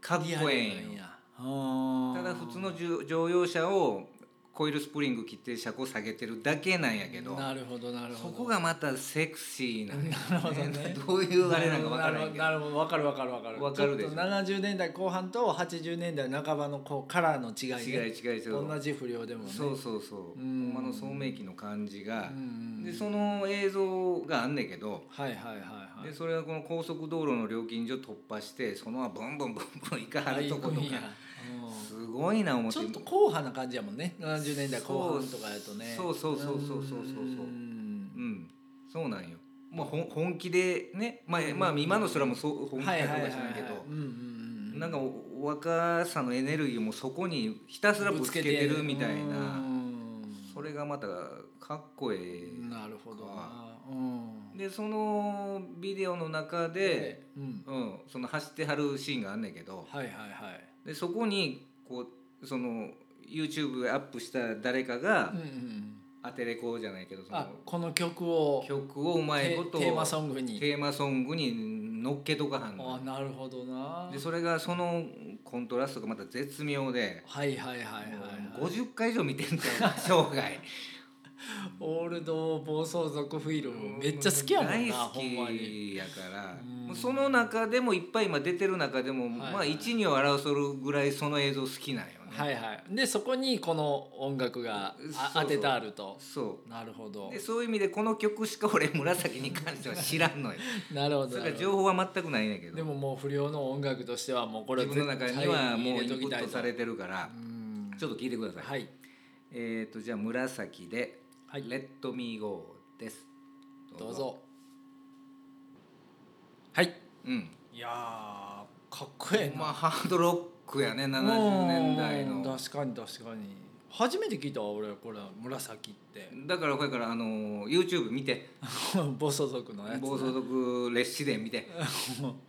[SPEAKER 1] かっこええ
[SPEAKER 2] リアルな
[SPEAKER 1] ん
[SPEAKER 2] ん
[SPEAKER 1] よ
[SPEAKER 2] やあー
[SPEAKER 1] ただ普通のじゅ乗用車をコイルスプリング切って車高下げてるだけなんやけど
[SPEAKER 2] なるほどなる
[SPEAKER 1] そ
[SPEAKER 2] ほど
[SPEAKER 1] こがまたセクシーなんや
[SPEAKER 2] なるほど ね
[SPEAKER 1] どういうあれなんか分からへ
[SPEAKER 2] なる
[SPEAKER 1] ん
[SPEAKER 2] ほ
[SPEAKER 1] けど
[SPEAKER 2] どなるほどわかるわかるわかる
[SPEAKER 1] わかるでしょ
[SPEAKER 2] ちょっと70年代後半と80年代半ばのこうカラーの違い
[SPEAKER 1] 違
[SPEAKER 2] ね
[SPEAKER 1] い違い違
[SPEAKER 2] 同
[SPEAKER 1] う
[SPEAKER 2] じ不良でもね
[SPEAKER 1] そうそうそうほ
[SPEAKER 2] うん
[SPEAKER 1] んまの聡明期の感じが
[SPEAKER 2] うんうん
[SPEAKER 1] でその映像があんねんけど
[SPEAKER 2] はいはいはいはい
[SPEAKER 1] でそれがこの高速道路の料金所突破してそのままブンブンブンブン行かはるとことか
[SPEAKER 2] いいやう
[SPEAKER 1] すごいな思
[SPEAKER 2] ん
[SPEAKER 1] って
[SPEAKER 2] ちょっと硬派な感じやもんね70年代後半とかやとね
[SPEAKER 1] そうそうそうそうそうそうそう
[SPEAKER 2] ー
[SPEAKER 1] うんんそうなんよまあほん本気でねまあまあ今の人らもそう本気
[SPEAKER 2] は
[SPEAKER 1] か
[SPEAKER 2] い
[SPEAKER 1] どう
[SPEAKER 2] はい
[SPEAKER 1] か
[SPEAKER 2] はい
[SPEAKER 1] 知
[SPEAKER 2] は
[SPEAKER 1] らん
[SPEAKER 2] い
[SPEAKER 1] け
[SPEAKER 2] うん
[SPEAKER 1] ど
[SPEAKER 2] うんうん
[SPEAKER 1] なんかお若さのエネルギーもそこにひたすらぶつけてるみたいなそれがまたかっこえ
[SPEAKER 2] う
[SPEAKER 1] え
[SPEAKER 2] んなるほどなうん
[SPEAKER 1] でそのビデオの中で、
[SPEAKER 2] うん
[SPEAKER 1] うん、その走ってはるシーンがあんねんけど
[SPEAKER 2] はいはいはい
[SPEAKER 1] でそこにこうその YouTube アップした誰かが
[SPEAKER 2] うんうんうん
[SPEAKER 1] アテレコじゃないけどそ
[SPEAKER 2] あ
[SPEAKER 1] の
[SPEAKER 2] この曲を
[SPEAKER 1] 曲をうまい
[SPEAKER 2] テ
[SPEAKER 1] こと
[SPEAKER 2] テーマソングに
[SPEAKER 1] テーマソングに乗っけとかはん
[SPEAKER 2] あ
[SPEAKER 1] の
[SPEAKER 2] なるほどな
[SPEAKER 1] でそれがそのコントラストがまた絶妙で、
[SPEAKER 2] はいはいはいはい
[SPEAKER 1] もう
[SPEAKER 2] はい
[SPEAKER 1] 50回以上見 てんじゃん生涯
[SPEAKER 2] オールド暴走族フィルムめっちゃ好きやもんな
[SPEAKER 1] 大好
[SPEAKER 2] ほんまに
[SPEAKER 1] きやから
[SPEAKER 2] うん
[SPEAKER 1] もうその中でもいっぱい今出てる中でも、
[SPEAKER 2] はいはい
[SPEAKER 1] まあ一二を争うぐらいその映像好きなんよね、
[SPEAKER 2] はいはいでそこにこの音楽が
[SPEAKER 1] そう
[SPEAKER 2] あ
[SPEAKER 1] そう
[SPEAKER 2] 当ててあると
[SPEAKER 1] そ
[SPEAKER 2] なるほ
[SPEAKER 1] う
[SPEAKER 2] ど
[SPEAKER 1] でそういう意味でこの曲しか俺紫に関しては知らん のよ
[SPEAKER 2] なるほ
[SPEAKER 1] そ
[SPEAKER 2] ど
[SPEAKER 1] れから
[SPEAKER 2] なるほど
[SPEAKER 1] 情報は全くないんやけど
[SPEAKER 2] でももう不良の音楽としてはもうこれ
[SPEAKER 1] 自
[SPEAKER 2] は
[SPEAKER 1] 分の中にはもうイ
[SPEAKER 2] 絶
[SPEAKER 1] ンプ
[SPEAKER 2] 対入れときた
[SPEAKER 1] ッ
[SPEAKER 2] い
[SPEAKER 1] トされてるから
[SPEAKER 2] うん
[SPEAKER 1] ちょっと聞いてください、
[SPEAKER 2] はい
[SPEAKER 1] えっ、とじゃあ紫で
[SPEAKER 2] はい
[SPEAKER 1] レッドミーゴーです。
[SPEAKER 2] どう。ぞはい
[SPEAKER 1] うん。
[SPEAKER 2] いやーかっこええ
[SPEAKER 1] ま
[SPEAKER 2] な
[SPEAKER 1] あハードロックやね、70年代
[SPEAKER 2] うん
[SPEAKER 1] の。
[SPEAKER 2] 確かに確かに初めて聞いたわ俺これ紫って
[SPEAKER 1] だからこれからあの YouTube 見て、
[SPEAKER 2] 暴走族のやつ
[SPEAKER 1] 暴走族列車伝見て、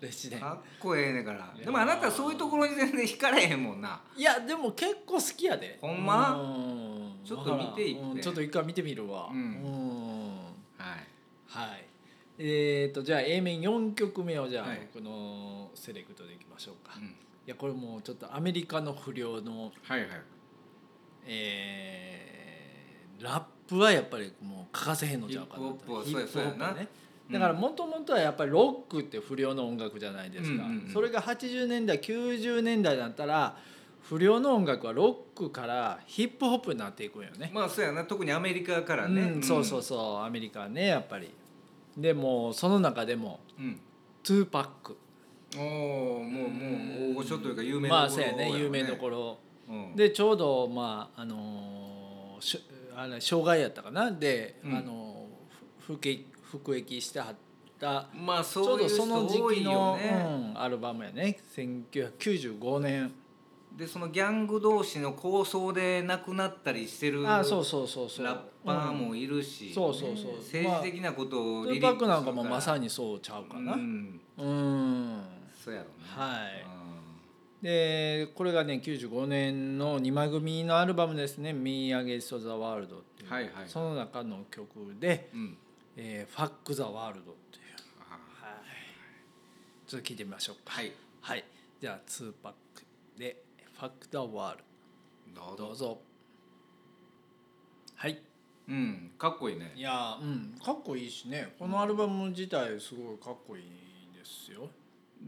[SPEAKER 2] 列車で
[SPEAKER 1] かっこええねんから。でもあなたそういうところに全然惹かれへんもんな。
[SPEAKER 2] いやでも結構好きやで
[SPEAKER 1] ほんま
[SPEAKER 2] うん
[SPEAKER 1] ちょっと見ていっぺん
[SPEAKER 2] うんちょっと一回見てみるわ
[SPEAKER 1] うん
[SPEAKER 2] ん
[SPEAKER 1] はい。
[SPEAKER 2] はいえー、とじゃあ A 面4曲目をじゃあ
[SPEAKER 1] はい
[SPEAKER 2] 僕のセレクトでいきましょうか、
[SPEAKER 1] う
[SPEAKER 2] い
[SPEAKER 1] ん
[SPEAKER 2] やこれもうちょっとアメリカの不良の、
[SPEAKER 1] はいはい。
[SPEAKER 2] えーラップはやっぱりもう欠かせへんのちゃうかな
[SPEAKER 1] ヒップホップはそうや
[SPEAKER 2] ヒップホップは
[SPEAKER 1] そうやなうん
[SPEAKER 2] だからもともとはやっぱりロックって不良の音楽じゃないですか、
[SPEAKER 1] うんうんうん
[SPEAKER 2] それが80年代90年代だったら不良の音楽はロックからヒップホップになっていくんよね。
[SPEAKER 1] まあそうやな、特にアメリカからね。
[SPEAKER 2] うん、そうそうそうアメリカはねやっぱり。でもうその中でも
[SPEAKER 1] うん。
[SPEAKER 2] 2パック
[SPEAKER 1] おお、もうもう大御所というか有名
[SPEAKER 2] ま
[SPEAKER 1] な
[SPEAKER 2] あそうやね有名どこ
[SPEAKER 1] ろ。
[SPEAKER 2] ろ。
[SPEAKER 1] うん。
[SPEAKER 2] でちょうどまああのーしあれ障害やったかなで、
[SPEAKER 1] うん
[SPEAKER 2] あのふ服役服役してはった。
[SPEAKER 1] まあ
[SPEAKER 2] ちょ
[SPEAKER 1] そううい
[SPEAKER 2] ど
[SPEAKER 1] う
[SPEAKER 2] そ
[SPEAKER 1] 人
[SPEAKER 2] の
[SPEAKER 1] 多
[SPEAKER 2] 時期
[SPEAKER 1] い
[SPEAKER 2] の
[SPEAKER 1] よ、ね。
[SPEAKER 2] うん、アルバムやね1995年
[SPEAKER 1] でそのギャング同士の抗争で亡くなったりしてる
[SPEAKER 2] あ
[SPEAKER 1] ラ
[SPEAKER 2] ーそ
[SPEAKER 1] ッ
[SPEAKER 2] うそうそうそう
[SPEAKER 1] パー
[SPEAKER 2] うん
[SPEAKER 1] もいるし、
[SPEAKER 2] そうそうそう
[SPEAKER 1] 政治的なことを
[SPEAKER 2] トゥーパックなんかもま
[SPEAKER 1] に
[SPEAKER 2] さにそうちゃうかな
[SPEAKER 1] うん、
[SPEAKER 2] うん
[SPEAKER 1] そうやろうね
[SPEAKER 2] はい
[SPEAKER 1] い
[SPEAKER 2] でこれがね95年の2枚組のアルバムですね「Me Against the World」っていう、
[SPEAKER 1] はいはい
[SPEAKER 2] その中の曲で
[SPEAKER 1] うん
[SPEAKER 2] 「えー、Fuck the World」っていう
[SPEAKER 1] あ
[SPEAKER 2] はいちょっと聞いてみましょう
[SPEAKER 1] ー
[SPEAKER 2] か
[SPEAKER 1] はい
[SPEAKER 2] はいじゃあ2パックで「Fuck the World」
[SPEAKER 1] どう
[SPEAKER 2] ど
[SPEAKER 1] ぞ
[SPEAKER 2] うぞはい
[SPEAKER 1] うんかっこいいね
[SPEAKER 2] いやーうんかっこいいしねこのアルバム自体すごいかっこいいですよ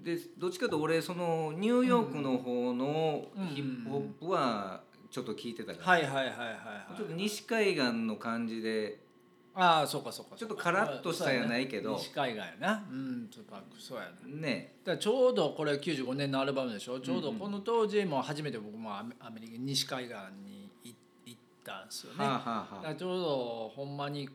[SPEAKER 1] でどっちかというと俺そのニューヨークの方の
[SPEAKER 2] うん
[SPEAKER 1] ヒップホップはちょっと聞いてたから、
[SPEAKER 2] はいはいはいはいはい
[SPEAKER 1] ちょっと西海岸の感じで
[SPEAKER 2] ああそうかそうか
[SPEAKER 1] ちょっとカラッとしたやないけど
[SPEAKER 2] そうやな西海岸やなうんちょっとパックそうやなだか
[SPEAKER 1] ね
[SPEAKER 2] らちょうどこれ95年のアルバムでしょちょうどこの当時もう初めて僕もアメアメリカ西海岸にい行ったんですよね
[SPEAKER 1] はあ
[SPEAKER 2] だ
[SPEAKER 1] はあ
[SPEAKER 2] か
[SPEAKER 1] はあ
[SPEAKER 2] らちょうどほんまに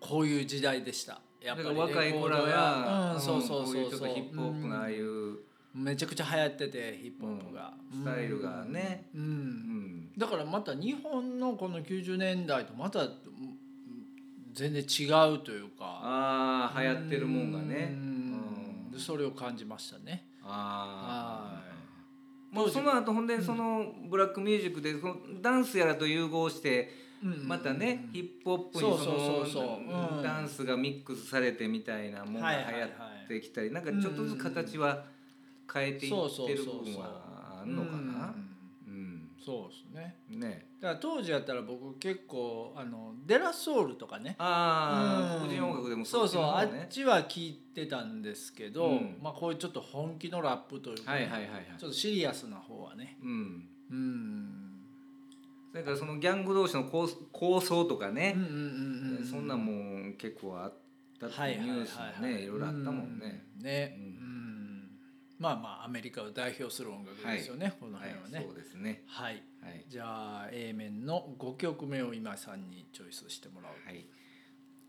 [SPEAKER 2] こういう時代でしたやっぱ
[SPEAKER 1] だか
[SPEAKER 2] り
[SPEAKER 1] ら若い子ら
[SPEAKER 2] レコー
[SPEAKER 1] が、
[SPEAKER 2] ドやうん
[SPEAKER 1] ん
[SPEAKER 2] そうそうそう
[SPEAKER 1] こいちょっとヒップホップのああいう、
[SPEAKER 2] めちゃくちゃ流行っててヒップホップが、
[SPEAKER 1] うんスタイルがね
[SPEAKER 2] うん、
[SPEAKER 1] うん
[SPEAKER 2] だからまた日本のこの90年代とまたうん全然違うというか
[SPEAKER 1] ああ流行ってるもんがね
[SPEAKER 2] う
[SPEAKER 1] うん
[SPEAKER 2] でそれを感じましたね
[SPEAKER 1] あ
[SPEAKER 2] は
[SPEAKER 1] あもうその後ほんでそのブラックミュージックでそのダンスやらと融合してまたねヒ
[SPEAKER 2] ッ
[SPEAKER 1] ップホップにそ
[SPEAKER 2] そうそうそうそうう
[SPEAKER 1] の
[SPEAKER 2] ん
[SPEAKER 1] ダンスがミックスされてみたいなものが流行ってきたりなんかちょっとずつ形は変えていってる部分はあんのかなうん
[SPEAKER 2] そうですね
[SPEAKER 1] ね
[SPEAKER 2] だから当時やったら僕結構あのデラソウルとかね
[SPEAKER 1] ああ
[SPEAKER 2] うん
[SPEAKER 1] 黒人音楽でも
[SPEAKER 2] そう
[SPEAKER 1] っち
[SPEAKER 2] そ
[SPEAKER 1] の
[SPEAKER 2] う
[SPEAKER 1] 方
[SPEAKER 2] あっ
[SPEAKER 1] ね
[SPEAKER 2] ちは聞いてたんですけど、
[SPEAKER 1] うん
[SPEAKER 2] まあこういうちょっと本気のラップというか、
[SPEAKER 1] はいはいはいはい
[SPEAKER 2] ちょっとシリアスな方はね
[SPEAKER 1] うん
[SPEAKER 2] うん
[SPEAKER 1] だからそのギャング同士の構構想とか
[SPEAKER 2] うんう
[SPEAKER 1] ね
[SPEAKER 2] んうんうん
[SPEAKER 1] そんなんもう結構あったってニュースもねいろいろあったもんね
[SPEAKER 2] うね、
[SPEAKER 1] うん
[SPEAKER 2] うんまあまあアメリカを代表する音楽ですよね、この
[SPEAKER 1] はい
[SPEAKER 2] 辺はね
[SPEAKER 1] そうですね
[SPEAKER 2] はい、
[SPEAKER 1] はい
[SPEAKER 2] じゃあ A 面の5曲目を今井さんにチョイスしてもらおう
[SPEAKER 1] はい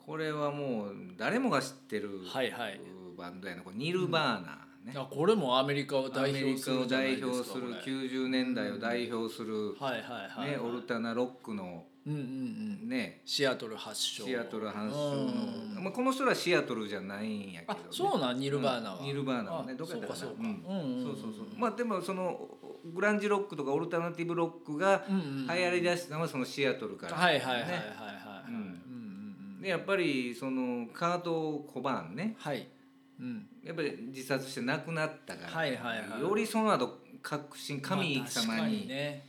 [SPEAKER 1] これはもう誰もが知ってる
[SPEAKER 2] はいはい
[SPEAKER 1] バンドやなこれニルバーナーね
[SPEAKER 2] あこれもアメリカを
[SPEAKER 1] ア
[SPEAKER 2] 代
[SPEAKER 1] メ
[SPEAKER 2] 表
[SPEAKER 1] リ
[SPEAKER 2] す
[SPEAKER 1] カ
[SPEAKER 2] る
[SPEAKER 1] を
[SPEAKER 2] じゃない
[SPEAKER 1] 代
[SPEAKER 2] ですか
[SPEAKER 1] 表する
[SPEAKER 2] これ
[SPEAKER 1] 90年代を代表する
[SPEAKER 2] はいはいはい、
[SPEAKER 1] ねオルタナロックの
[SPEAKER 2] うんうんうん
[SPEAKER 1] ね
[SPEAKER 2] シアトル発祥
[SPEAKER 1] シアトル発祥
[SPEAKER 2] うん
[SPEAKER 1] のまあこの人らシアトルじゃないんやけど
[SPEAKER 2] あ
[SPEAKER 1] ね
[SPEAKER 2] そうなんニルバーナは、
[SPEAKER 1] うんニルバーナはね
[SPEAKER 2] あ
[SPEAKER 1] どこやったかな
[SPEAKER 2] そうかそうか、
[SPEAKER 1] うん
[SPEAKER 2] んん
[SPEAKER 1] そうそうそうまあでもそのグランジロックとかオルタナティブロックが
[SPEAKER 2] うんうんうん
[SPEAKER 1] 流行りだしたのはそのシアトルから
[SPEAKER 2] はいはいはいはいはい
[SPEAKER 1] ね
[SPEAKER 2] は
[SPEAKER 1] う
[SPEAKER 2] い、
[SPEAKER 1] ん
[SPEAKER 2] うんうんうん
[SPEAKER 1] でやっぱりそのカード・コバーンね
[SPEAKER 2] はい、うん、
[SPEAKER 1] やっぱり自殺して亡くなったから、
[SPEAKER 2] はいはいはい
[SPEAKER 1] よりその後革新神
[SPEAKER 2] まあ
[SPEAKER 1] 様
[SPEAKER 2] 確か
[SPEAKER 1] に,、
[SPEAKER 2] ね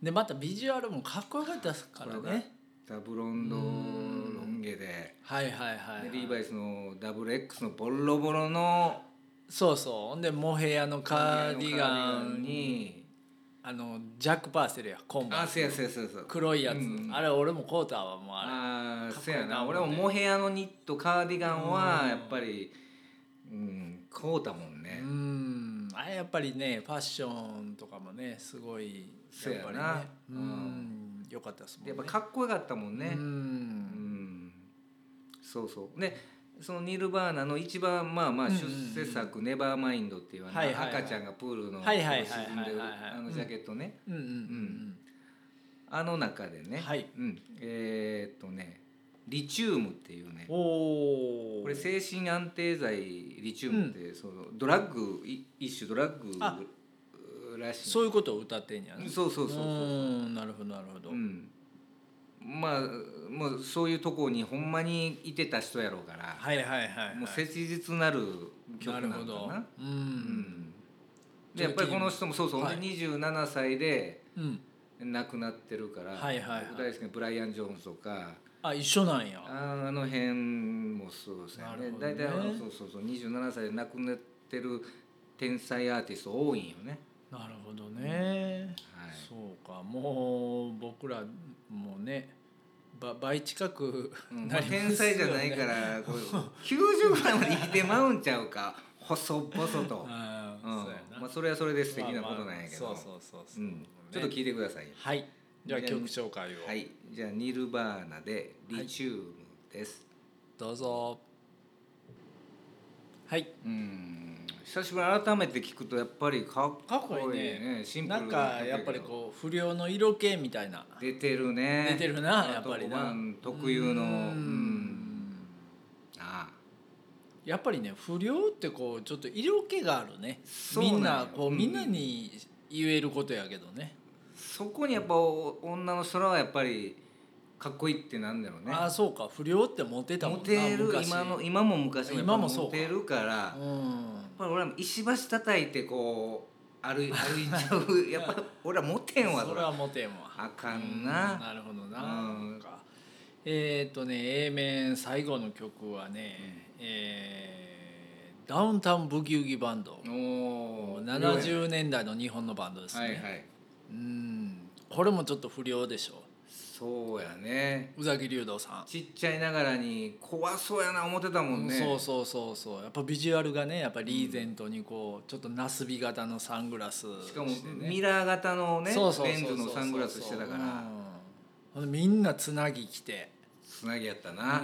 [SPEAKER 2] でまたビジュアルもかっこよかったですから
[SPEAKER 1] そうだ
[SPEAKER 2] ね
[SPEAKER 1] ダブロンドロン毛で、
[SPEAKER 2] はいはいはい、は
[SPEAKER 1] で
[SPEAKER 2] い、
[SPEAKER 1] リーバイスのダブル X のボロボロの
[SPEAKER 2] そうそうほんでモヘアのカーディガ
[SPEAKER 1] カーディガ
[SPEAKER 2] ンに
[SPEAKER 1] に
[SPEAKER 2] あのジャック・パーセルやコンバ
[SPEAKER 1] あ
[SPEAKER 2] ース
[SPEAKER 1] そうやそうやそうやそう
[SPEAKER 2] 黒いやつ、
[SPEAKER 1] うん
[SPEAKER 2] あれ俺もコーターはもうあれ
[SPEAKER 1] ああ
[SPEAKER 2] かっ
[SPEAKER 1] そ
[SPEAKER 2] こ
[SPEAKER 1] う
[SPEAKER 2] いいな
[SPEAKER 1] やな
[SPEAKER 2] 思っ
[SPEAKER 1] 俺
[SPEAKER 2] て
[SPEAKER 1] もモヘアのニットカーディガンはやっぱりうん買うたもん
[SPEAKER 2] う
[SPEAKER 1] ね、
[SPEAKER 2] んあれやっぱりねファッションとかもねすごい
[SPEAKER 1] そうや
[SPEAKER 2] っぱ
[SPEAKER 1] な
[SPEAKER 2] りねう
[SPEAKER 1] うん
[SPEAKER 2] んよかったですもん
[SPEAKER 1] や
[SPEAKER 2] ね
[SPEAKER 1] っぱかっこよかったもんね、
[SPEAKER 2] う
[SPEAKER 1] うんんそうそうでそのニルバーナの一番まあまあ
[SPEAKER 2] うんうん
[SPEAKER 1] 出世作「ネバーマインド」っていうあの
[SPEAKER 2] はいはいはい
[SPEAKER 1] 赤ちゃんがプールの
[SPEAKER 2] はいはいはい
[SPEAKER 1] こう沈んでる
[SPEAKER 2] はいはいはい
[SPEAKER 1] あのジャケットね
[SPEAKER 2] うんうんうん
[SPEAKER 1] あの中で
[SPEAKER 2] うん
[SPEAKER 1] ね
[SPEAKER 2] はい
[SPEAKER 1] うんえーっとねリチウムっていうね
[SPEAKER 2] おお
[SPEAKER 1] これ精神安定剤リチウムってそのドラッグい一種ドラッ
[SPEAKER 2] あ
[SPEAKER 1] グらしい
[SPEAKER 2] そういうことを歌ってんやね
[SPEAKER 1] そうそうそうそう
[SPEAKER 2] うんなるほどなるほど、
[SPEAKER 1] うんまあもうそういうとこにほんまにいてた人やろうから
[SPEAKER 2] はいはいはい、はい、
[SPEAKER 1] もう切実なる曲な
[SPEAKER 2] なる
[SPEAKER 1] のか
[SPEAKER 2] ほ
[SPEAKER 1] な
[SPEAKER 2] どう
[SPEAKER 1] うん
[SPEAKER 2] ん、
[SPEAKER 1] でやっぱりこの人もそうそう、
[SPEAKER 2] はい
[SPEAKER 1] で27歳で
[SPEAKER 2] うん、
[SPEAKER 1] 亡くなってるから、
[SPEAKER 2] はいはいはい
[SPEAKER 1] 僕大好きなブライアン・ジョーンズとか
[SPEAKER 2] あ一緒なんや
[SPEAKER 1] あーあの辺もそうですね
[SPEAKER 2] なるほどね
[SPEAKER 1] 大体あのそうそうそう27歳で亡くなってる天才アーティスト多いんよね。
[SPEAKER 2] なるほどね、
[SPEAKER 1] はい
[SPEAKER 2] そうかもう僕らもねば倍近く
[SPEAKER 1] うんま
[SPEAKER 2] な
[SPEAKER 1] あ、
[SPEAKER 2] りますよね
[SPEAKER 1] 天才じゃないから こう90ぐらいまで生きてまうんちゃうか細々と、うん
[SPEAKER 2] あーそうやな、
[SPEAKER 1] まあ、それはそれで素敵なことなんやけど、
[SPEAKER 2] まあまあそうそうそうそう、
[SPEAKER 1] うんちょっと聞いてくださいよ
[SPEAKER 2] はいじゃあ曲紹介を、
[SPEAKER 1] はい、じゃあニルバーナでリチウムです。
[SPEAKER 2] どうぞはい
[SPEAKER 1] うん、久しぶりに改めて聞くとやっぱりかっ
[SPEAKER 2] かっ
[SPEAKER 1] こ
[SPEAKER 2] こいい
[SPEAKER 1] いい
[SPEAKER 2] ね
[SPEAKER 1] ね。シンプ
[SPEAKER 2] な
[SPEAKER 1] ル
[SPEAKER 2] ん
[SPEAKER 1] 曲
[SPEAKER 2] か
[SPEAKER 1] けど
[SPEAKER 2] やっぱりこう不良の色気みたいな
[SPEAKER 1] 出てるね。
[SPEAKER 2] 出てるなやっぱり
[SPEAKER 1] あと
[SPEAKER 2] な
[SPEAKER 1] ワン特有のうん
[SPEAKER 2] う
[SPEAKER 1] ん。ああ、
[SPEAKER 2] やっぱりね不良ってこうちょっと色気があるね
[SPEAKER 1] そうなん
[SPEAKER 2] み
[SPEAKER 1] よ
[SPEAKER 2] んなこう、
[SPEAKER 1] うん
[SPEAKER 2] みんなに言えることやけどね
[SPEAKER 1] そこにやっぱお女の空はやっぱりかっこいいってなんだろうね。
[SPEAKER 2] ああそうか不良ってモテたもん
[SPEAKER 1] モ
[SPEAKER 2] な
[SPEAKER 1] テる
[SPEAKER 2] 昔
[SPEAKER 1] 今の今も昔もやっぱ
[SPEAKER 2] 今もそう
[SPEAKER 1] モテるから。
[SPEAKER 2] うん
[SPEAKER 1] やっぱり俺ら石橋叩いてこう歩い歩いちゃ うやっぱ俺らモテんわ
[SPEAKER 2] そ
[SPEAKER 1] そ
[SPEAKER 2] れ
[SPEAKER 1] れ
[SPEAKER 2] はモテんわ
[SPEAKER 1] あかんな
[SPEAKER 2] うなるほどな,、
[SPEAKER 1] うん
[SPEAKER 2] なんかえーっとね A 面最後の曲はね、えーダウンタウンブギウギバンド
[SPEAKER 1] おお
[SPEAKER 2] 70年代の日本のバンドですね、
[SPEAKER 1] はいはい
[SPEAKER 2] うんこれもちょっと不良でしょ
[SPEAKER 1] そうやね
[SPEAKER 2] 宇崎竜童さ
[SPEAKER 1] ちっちゃいながらに怖そうやな思ってたも
[SPEAKER 2] ん、
[SPEAKER 1] んね
[SPEAKER 2] そうそうそうそうやっぱビジュアルがねやっぱリーゼントにこう、ちょっとなすび型のサングラス
[SPEAKER 1] しかも
[SPEAKER 2] してね
[SPEAKER 1] ミラー型のね
[SPEAKER 2] そうそうそう
[SPEAKER 1] レンズのサングラスしてたから、
[SPEAKER 2] うんみんなつなぎきて
[SPEAKER 1] つなぎやった
[SPEAKER 2] うん
[SPEAKER 1] な、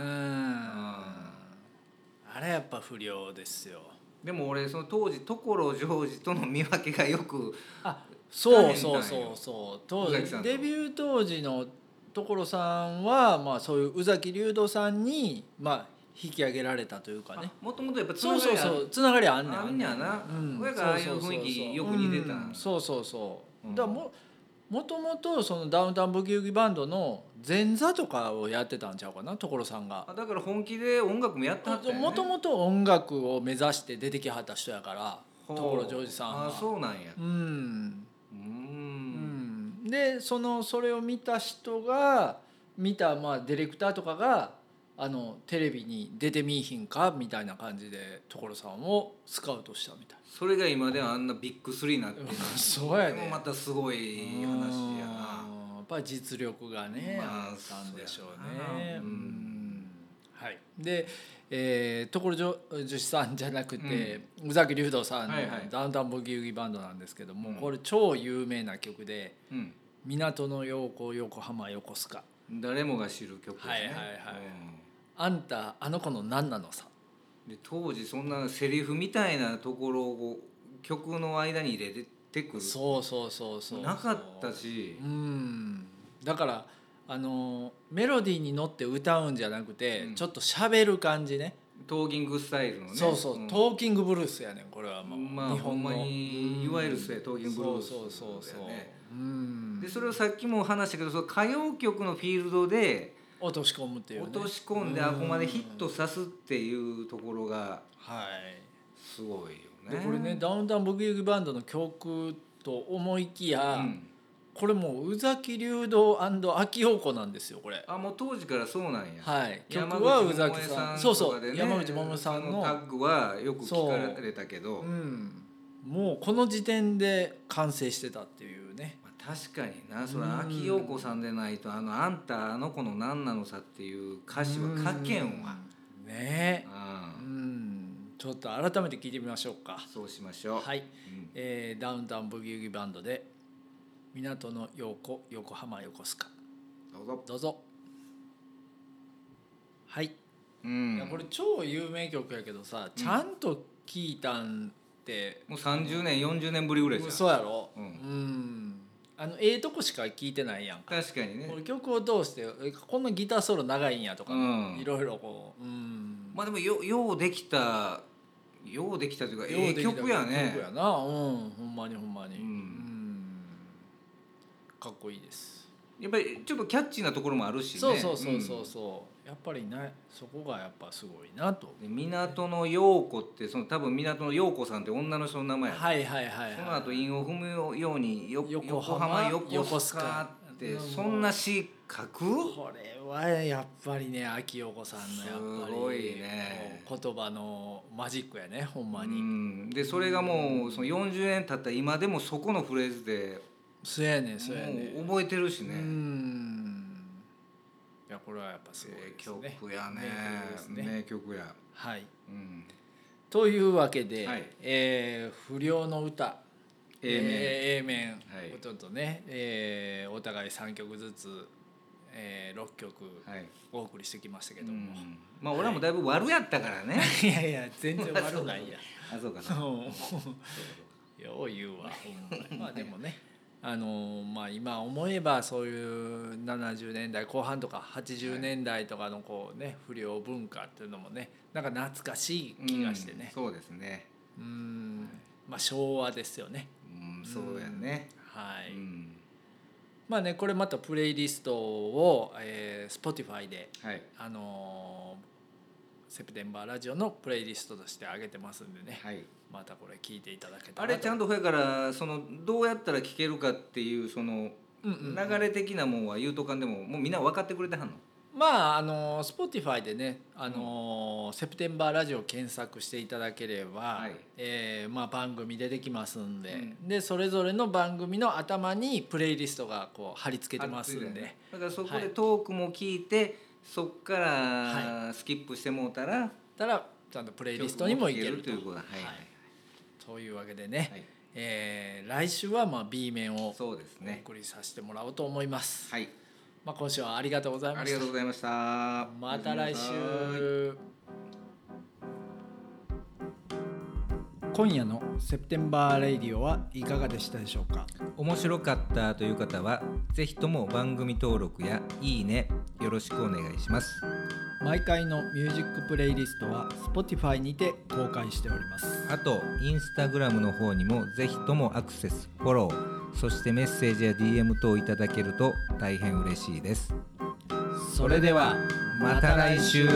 [SPEAKER 2] あれやっぱ不良ですよ
[SPEAKER 1] でも俺その当時所ジョージとの見分けがよく
[SPEAKER 2] あそうそうそうそう当
[SPEAKER 1] 宇崎さんと
[SPEAKER 2] デビュー当時の所さんは、まあ、そういう宇崎竜童さんに、まあ、引き上げられたというかね
[SPEAKER 1] もともとやっぱつな
[SPEAKER 2] そう
[SPEAKER 1] がり
[SPEAKER 2] そう
[SPEAKER 1] あ
[SPEAKER 2] そうつながりあんねん
[SPEAKER 1] あんねやな親がああいう雰囲気よく似てた
[SPEAKER 2] うんそうそうそう、
[SPEAKER 1] うん
[SPEAKER 2] だからももともとそのダウンタウンブギウギバンドの前座とかをやってたんちゃうかな所さんが
[SPEAKER 1] あだから本気で音楽もやってはったよね
[SPEAKER 2] もともと音楽を目指して出てきはった人やから
[SPEAKER 1] ほう
[SPEAKER 2] 所ジョージさんは
[SPEAKER 1] あそうなんや
[SPEAKER 2] うん
[SPEAKER 1] うー
[SPEAKER 2] うんんでそのそれを見た人が見たまあディレクターとかがあのテレビに出てみいひんかみたいな感じで所さんをスカウトしたみたい
[SPEAKER 1] それが今ではあんなビッグスリーになってる
[SPEAKER 2] なそうや
[SPEAKER 1] でも
[SPEAKER 2] ね
[SPEAKER 1] またすごい話やな
[SPEAKER 2] うんやっぱり実力がね、
[SPEAKER 1] まあ
[SPEAKER 2] あったんでしょ
[SPEAKER 1] そう
[SPEAKER 2] う
[SPEAKER 1] や
[SPEAKER 2] ね
[SPEAKER 1] な。
[SPEAKER 2] うんはい、で、えー、ところじょ女子さんじゃなくて、宇崎竜童さんの
[SPEAKER 1] はいはい
[SPEAKER 2] ダウンタウンブギウギバンドなんですけども、
[SPEAKER 1] うん
[SPEAKER 2] これ超有名な曲で
[SPEAKER 1] うん
[SPEAKER 2] 「港の陽子横浜横須賀
[SPEAKER 1] 誰もが知る曲ですね
[SPEAKER 2] はいはいはいあんたあの子の何なのさ
[SPEAKER 1] うんで当時そんなセリフみたいなところを曲の間に入れてく」る
[SPEAKER 2] そうそうそうそう
[SPEAKER 1] なかったし
[SPEAKER 2] うんだからあのメロディーに乗って歌うんじゃなくて、
[SPEAKER 1] うん
[SPEAKER 2] ちょっと喋る感じね
[SPEAKER 1] トーキングスタイルのね
[SPEAKER 2] そうそう、
[SPEAKER 1] ん
[SPEAKER 2] トーキングブルースやねんこれはもう、
[SPEAKER 1] まあ
[SPEAKER 2] 日本の
[SPEAKER 1] ほんまに
[SPEAKER 2] うん
[SPEAKER 1] いわゆるそうやトーキングブルース
[SPEAKER 2] そうそうそうそう、
[SPEAKER 1] だよね
[SPEAKER 2] うん
[SPEAKER 1] でそれをさっきも話したけどその歌謡曲のフィールドで
[SPEAKER 2] 落とし込むっていう、ね、
[SPEAKER 1] 落とし込んで
[SPEAKER 2] うん
[SPEAKER 1] あここまでヒットさすっていうところが
[SPEAKER 2] はい
[SPEAKER 1] すごいよ
[SPEAKER 2] で
[SPEAKER 1] ね。
[SPEAKER 2] これねダウンタウンブギウギバンドの曲と思いきや、
[SPEAKER 1] うん
[SPEAKER 2] これもう宇崎竜童秋陽子なんですよこれ
[SPEAKER 1] あもう当時からそうなんや。
[SPEAKER 2] はい
[SPEAKER 1] 山
[SPEAKER 2] 曲は
[SPEAKER 1] 口
[SPEAKER 2] 宇
[SPEAKER 1] 百恵
[SPEAKER 2] 崎さんそ
[SPEAKER 1] と
[SPEAKER 2] うそ
[SPEAKER 1] かで
[SPEAKER 2] う
[SPEAKER 1] ね
[SPEAKER 2] 山口百恵さん
[SPEAKER 1] そ
[SPEAKER 2] の
[SPEAKER 1] タッグはよく聞かれたけど
[SPEAKER 2] う、ん、もうこの時点で完成してたっていうね
[SPEAKER 1] まあ、確かになそれ秋陽子さんでないと「あのあんたあの子の何なのさ」っていう歌詞は書けんわ。
[SPEAKER 2] うんねえ
[SPEAKER 1] あ
[SPEAKER 2] うんちょっと改めて聞いてみましょうか
[SPEAKER 1] あそうしましょう。
[SPEAKER 2] はい、
[SPEAKER 1] うん
[SPEAKER 2] えーダウンタウンブギウギバンドで「港の陽子横浜横須賀
[SPEAKER 1] どうぞ」。
[SPEAKER 2] どうぞはい、
[SPEAKER 1] う
[SPEAKER 2] い
[SPEAKER 1] ん
[SPEAKER 2] やこれ超有名曲やけどさちゃんと聞いたんって、
[SPEAKER 1] もう30年40年ぶりぐらいじゃん
[SPEAKER 2] 嘘やろ
[SPEAKER 1] うん
[SPEAKER 2] んあのええとこしか聞いてないやんか
[SPEAKER 1] 確かにね
[SPEAKER 2] これ曲を通してえこんなギターソロ長いんやとか、
[SPEAKER 1] うん
[SPEAKER 2] いろいろこう、うん
[SPEAKER 1] まあでもよようできたようできたというかええ曲やね
[SPEAKER 2] 曲やなうんほんまにほんまに、
[SPEAKER 1] うん
[SPEAKER 2] うんかっこいいです、
[SPEAKER 1] やっぱりちょっとキャッチーなところもあるしね
[SPEAKER 2] そうそうそうそうそう、やっぱりねそこがやっぱすごいなと、
[SPEAKER 1] うんで港の陽子ってその多分港の陽子さんって女の人の名前や、
[SPEAKER 2] はいはいはい、はい、
[SPEAKER 1] その後韻を踏むようによ
[SPEAKER 2] 横
[SPEAKER 1] 横
[SPEAKER 2] 浜
[SPEAKER 1] 浜横須賀って
[SPEAKER 2] 横須
[SPEAKER 1] そ
[SPEAKER 2] 賀
[SPEAKER 1] んな詩書く
[SPEAKER 2] これはやっぱりね秋代子さんのやっぱり
[SPEAKER 1] すごいね
[SPEAKER 2] こう言葉のマジックやねほんま
[SPEAKER 1] う
[SPEAKER 2] に、
[SPEAKER 1] んでそれがもうその40年経った今でもそこのフレーズで
[SPEAKER 2] そうやねんそうやねん
[SPEAKER 1] もう覚えてるし
[SPEAKER 2] うー
[SPEAKER 1] ね
[SPEAKER 2] んいやこれはやっぱすごい
[SPEAKER 1] ええ
[SPEAKER 2] ですね。
[SPEAKER 1] 曲やね
[SPEAKER 2] 名曲ですね
[SPEAKER 1] 名曲や
[SPEAKER 2] はい。
[SPEAKER 1] うん
[SPEAKER 2] というわけで、
[SPEAKER 1] はい
[SPEAKER 2] えー不良の歌
[SPEAKER 1] A 面
[SPEAKER 2] えー A 面
[SPEAKER 1] はい
[SPEAKER 2] ちょっとね、えーお互い三曲ずつ、えー、6曲
[SPEAKER 1] はい
[SPEAKER 2] お送りしてきましたけど
[SPEAKER 1] う
[SPEAKER 2] も、
[SPEAKER 1] んまあ俺らもだいぶ悪やったからね
[SPEAKER 2] いやいや全然悪ないや。
[SPEAKER 1] あ そうかな
[SPEAKER 2] うんよう言うわほんまにまあでもねあのーまあ今思えばそういう70年代後半とか80年代とかのこうね不良文化っていうのもねなんか懐かしい気がしてね
[SPEAKER 1] うんそうですね
[SPEAKER 2] うんまあ昭和ですよね
[SPEAKER 1] うんそうやね
[SPEAKER 2] は
[SPEAKER 1] う
[SPEAKER 2] い、
[SPEAKER 1] ん
[SPEAKER 2] まあねこれまたプレイリストを、えー、Spotify で
[SPEAKER 1] はい
[SPEAKER 2] あのーセプテンバーラジオのプレイリストとして上げてますんでね、
[SPEAKER 1] はい
[SPEAKER 2] またこれ聞いていただけた
[SPEAKER 1] あ
[SPEAKER 2] ら
[SPEAKER 1] れちゃんとほやからそのどうやったら聴けるかっていうその
[SPEAKER 2] うんうんうん
[SPEAKER 1] 流れ的なもんは言うとかんでももうみんな分かってくれてはんの
[SPEAKER 2] うまああの Spotify でね「あのセプテンバーラジオ」検索していただければ、
[SPEAKER 1] はい
[SPEAKER 2] えーまあ、番組出てきますんで,、
[SPEAKER 1] うん
[SPEAKER 2] でそれぞれの番組の頭にプレイリストがこう貼り付けてます
[SPEAKER 1] あ
[SPEAKER 2] ん
[SPEAKER 1] つい
[SPEAKER 2] で
[SPEAKER 1] ね。だからそこ
[SPEAKER 2] は
[SPEAKER 1] で
[SPEAKER 2] い
[SPEAKER 1] トークも聞いて、そっか
[SPEAKER 2] は
[SPEAKER 1] らスキップしてもうたら、
[SPEAKER 2] たらちゃんとプレイリストにもいける
[SPEAKER 1] 曲
[SPEAKER 2] と
[SPEAKER 1] も聴けるということだはい
[SPEAKER 2] というわけでね、
[SPEAKER 1] はい
[SPEAKER 2] えー来週はまあ B 面をお
[SPEAKER 1] そうですね
[SPEAKER 2] 送りさせてもらおうと思います、
[SPEAKER 1] はい
[SPEAKER 2] まあ、今週はありがとうござい
[SPEAKER 1] あ
[SPEAKER 2] ま
[SPEAKER 1] り
[SPEAKER 2] し
[SPEAKER 1] が
[SPEAKER 2] た
[SPEAKER 1] とうございました
[SPEAKER 2] また来
[SPEAKER 1] おやすみなさい
[SPEAKER 2] 週今夜のセプテンバーレイディオはいかがでしたでしょうか
[SPEAKER 1] 面白かったという方はぜひとも番組登録やいいねよろしくお願いします
[SPEAKER 2] 毎回のミュージックプレイリストは Spotify にて公開しております
[SPEAKER 1] あとインスタグラムの方にもぜひともアクセスフォローそしてメッセージや DM 等いただけると大変嬉しいです
[SPEAKER 2] それでは
[SPEAKER 1] また来週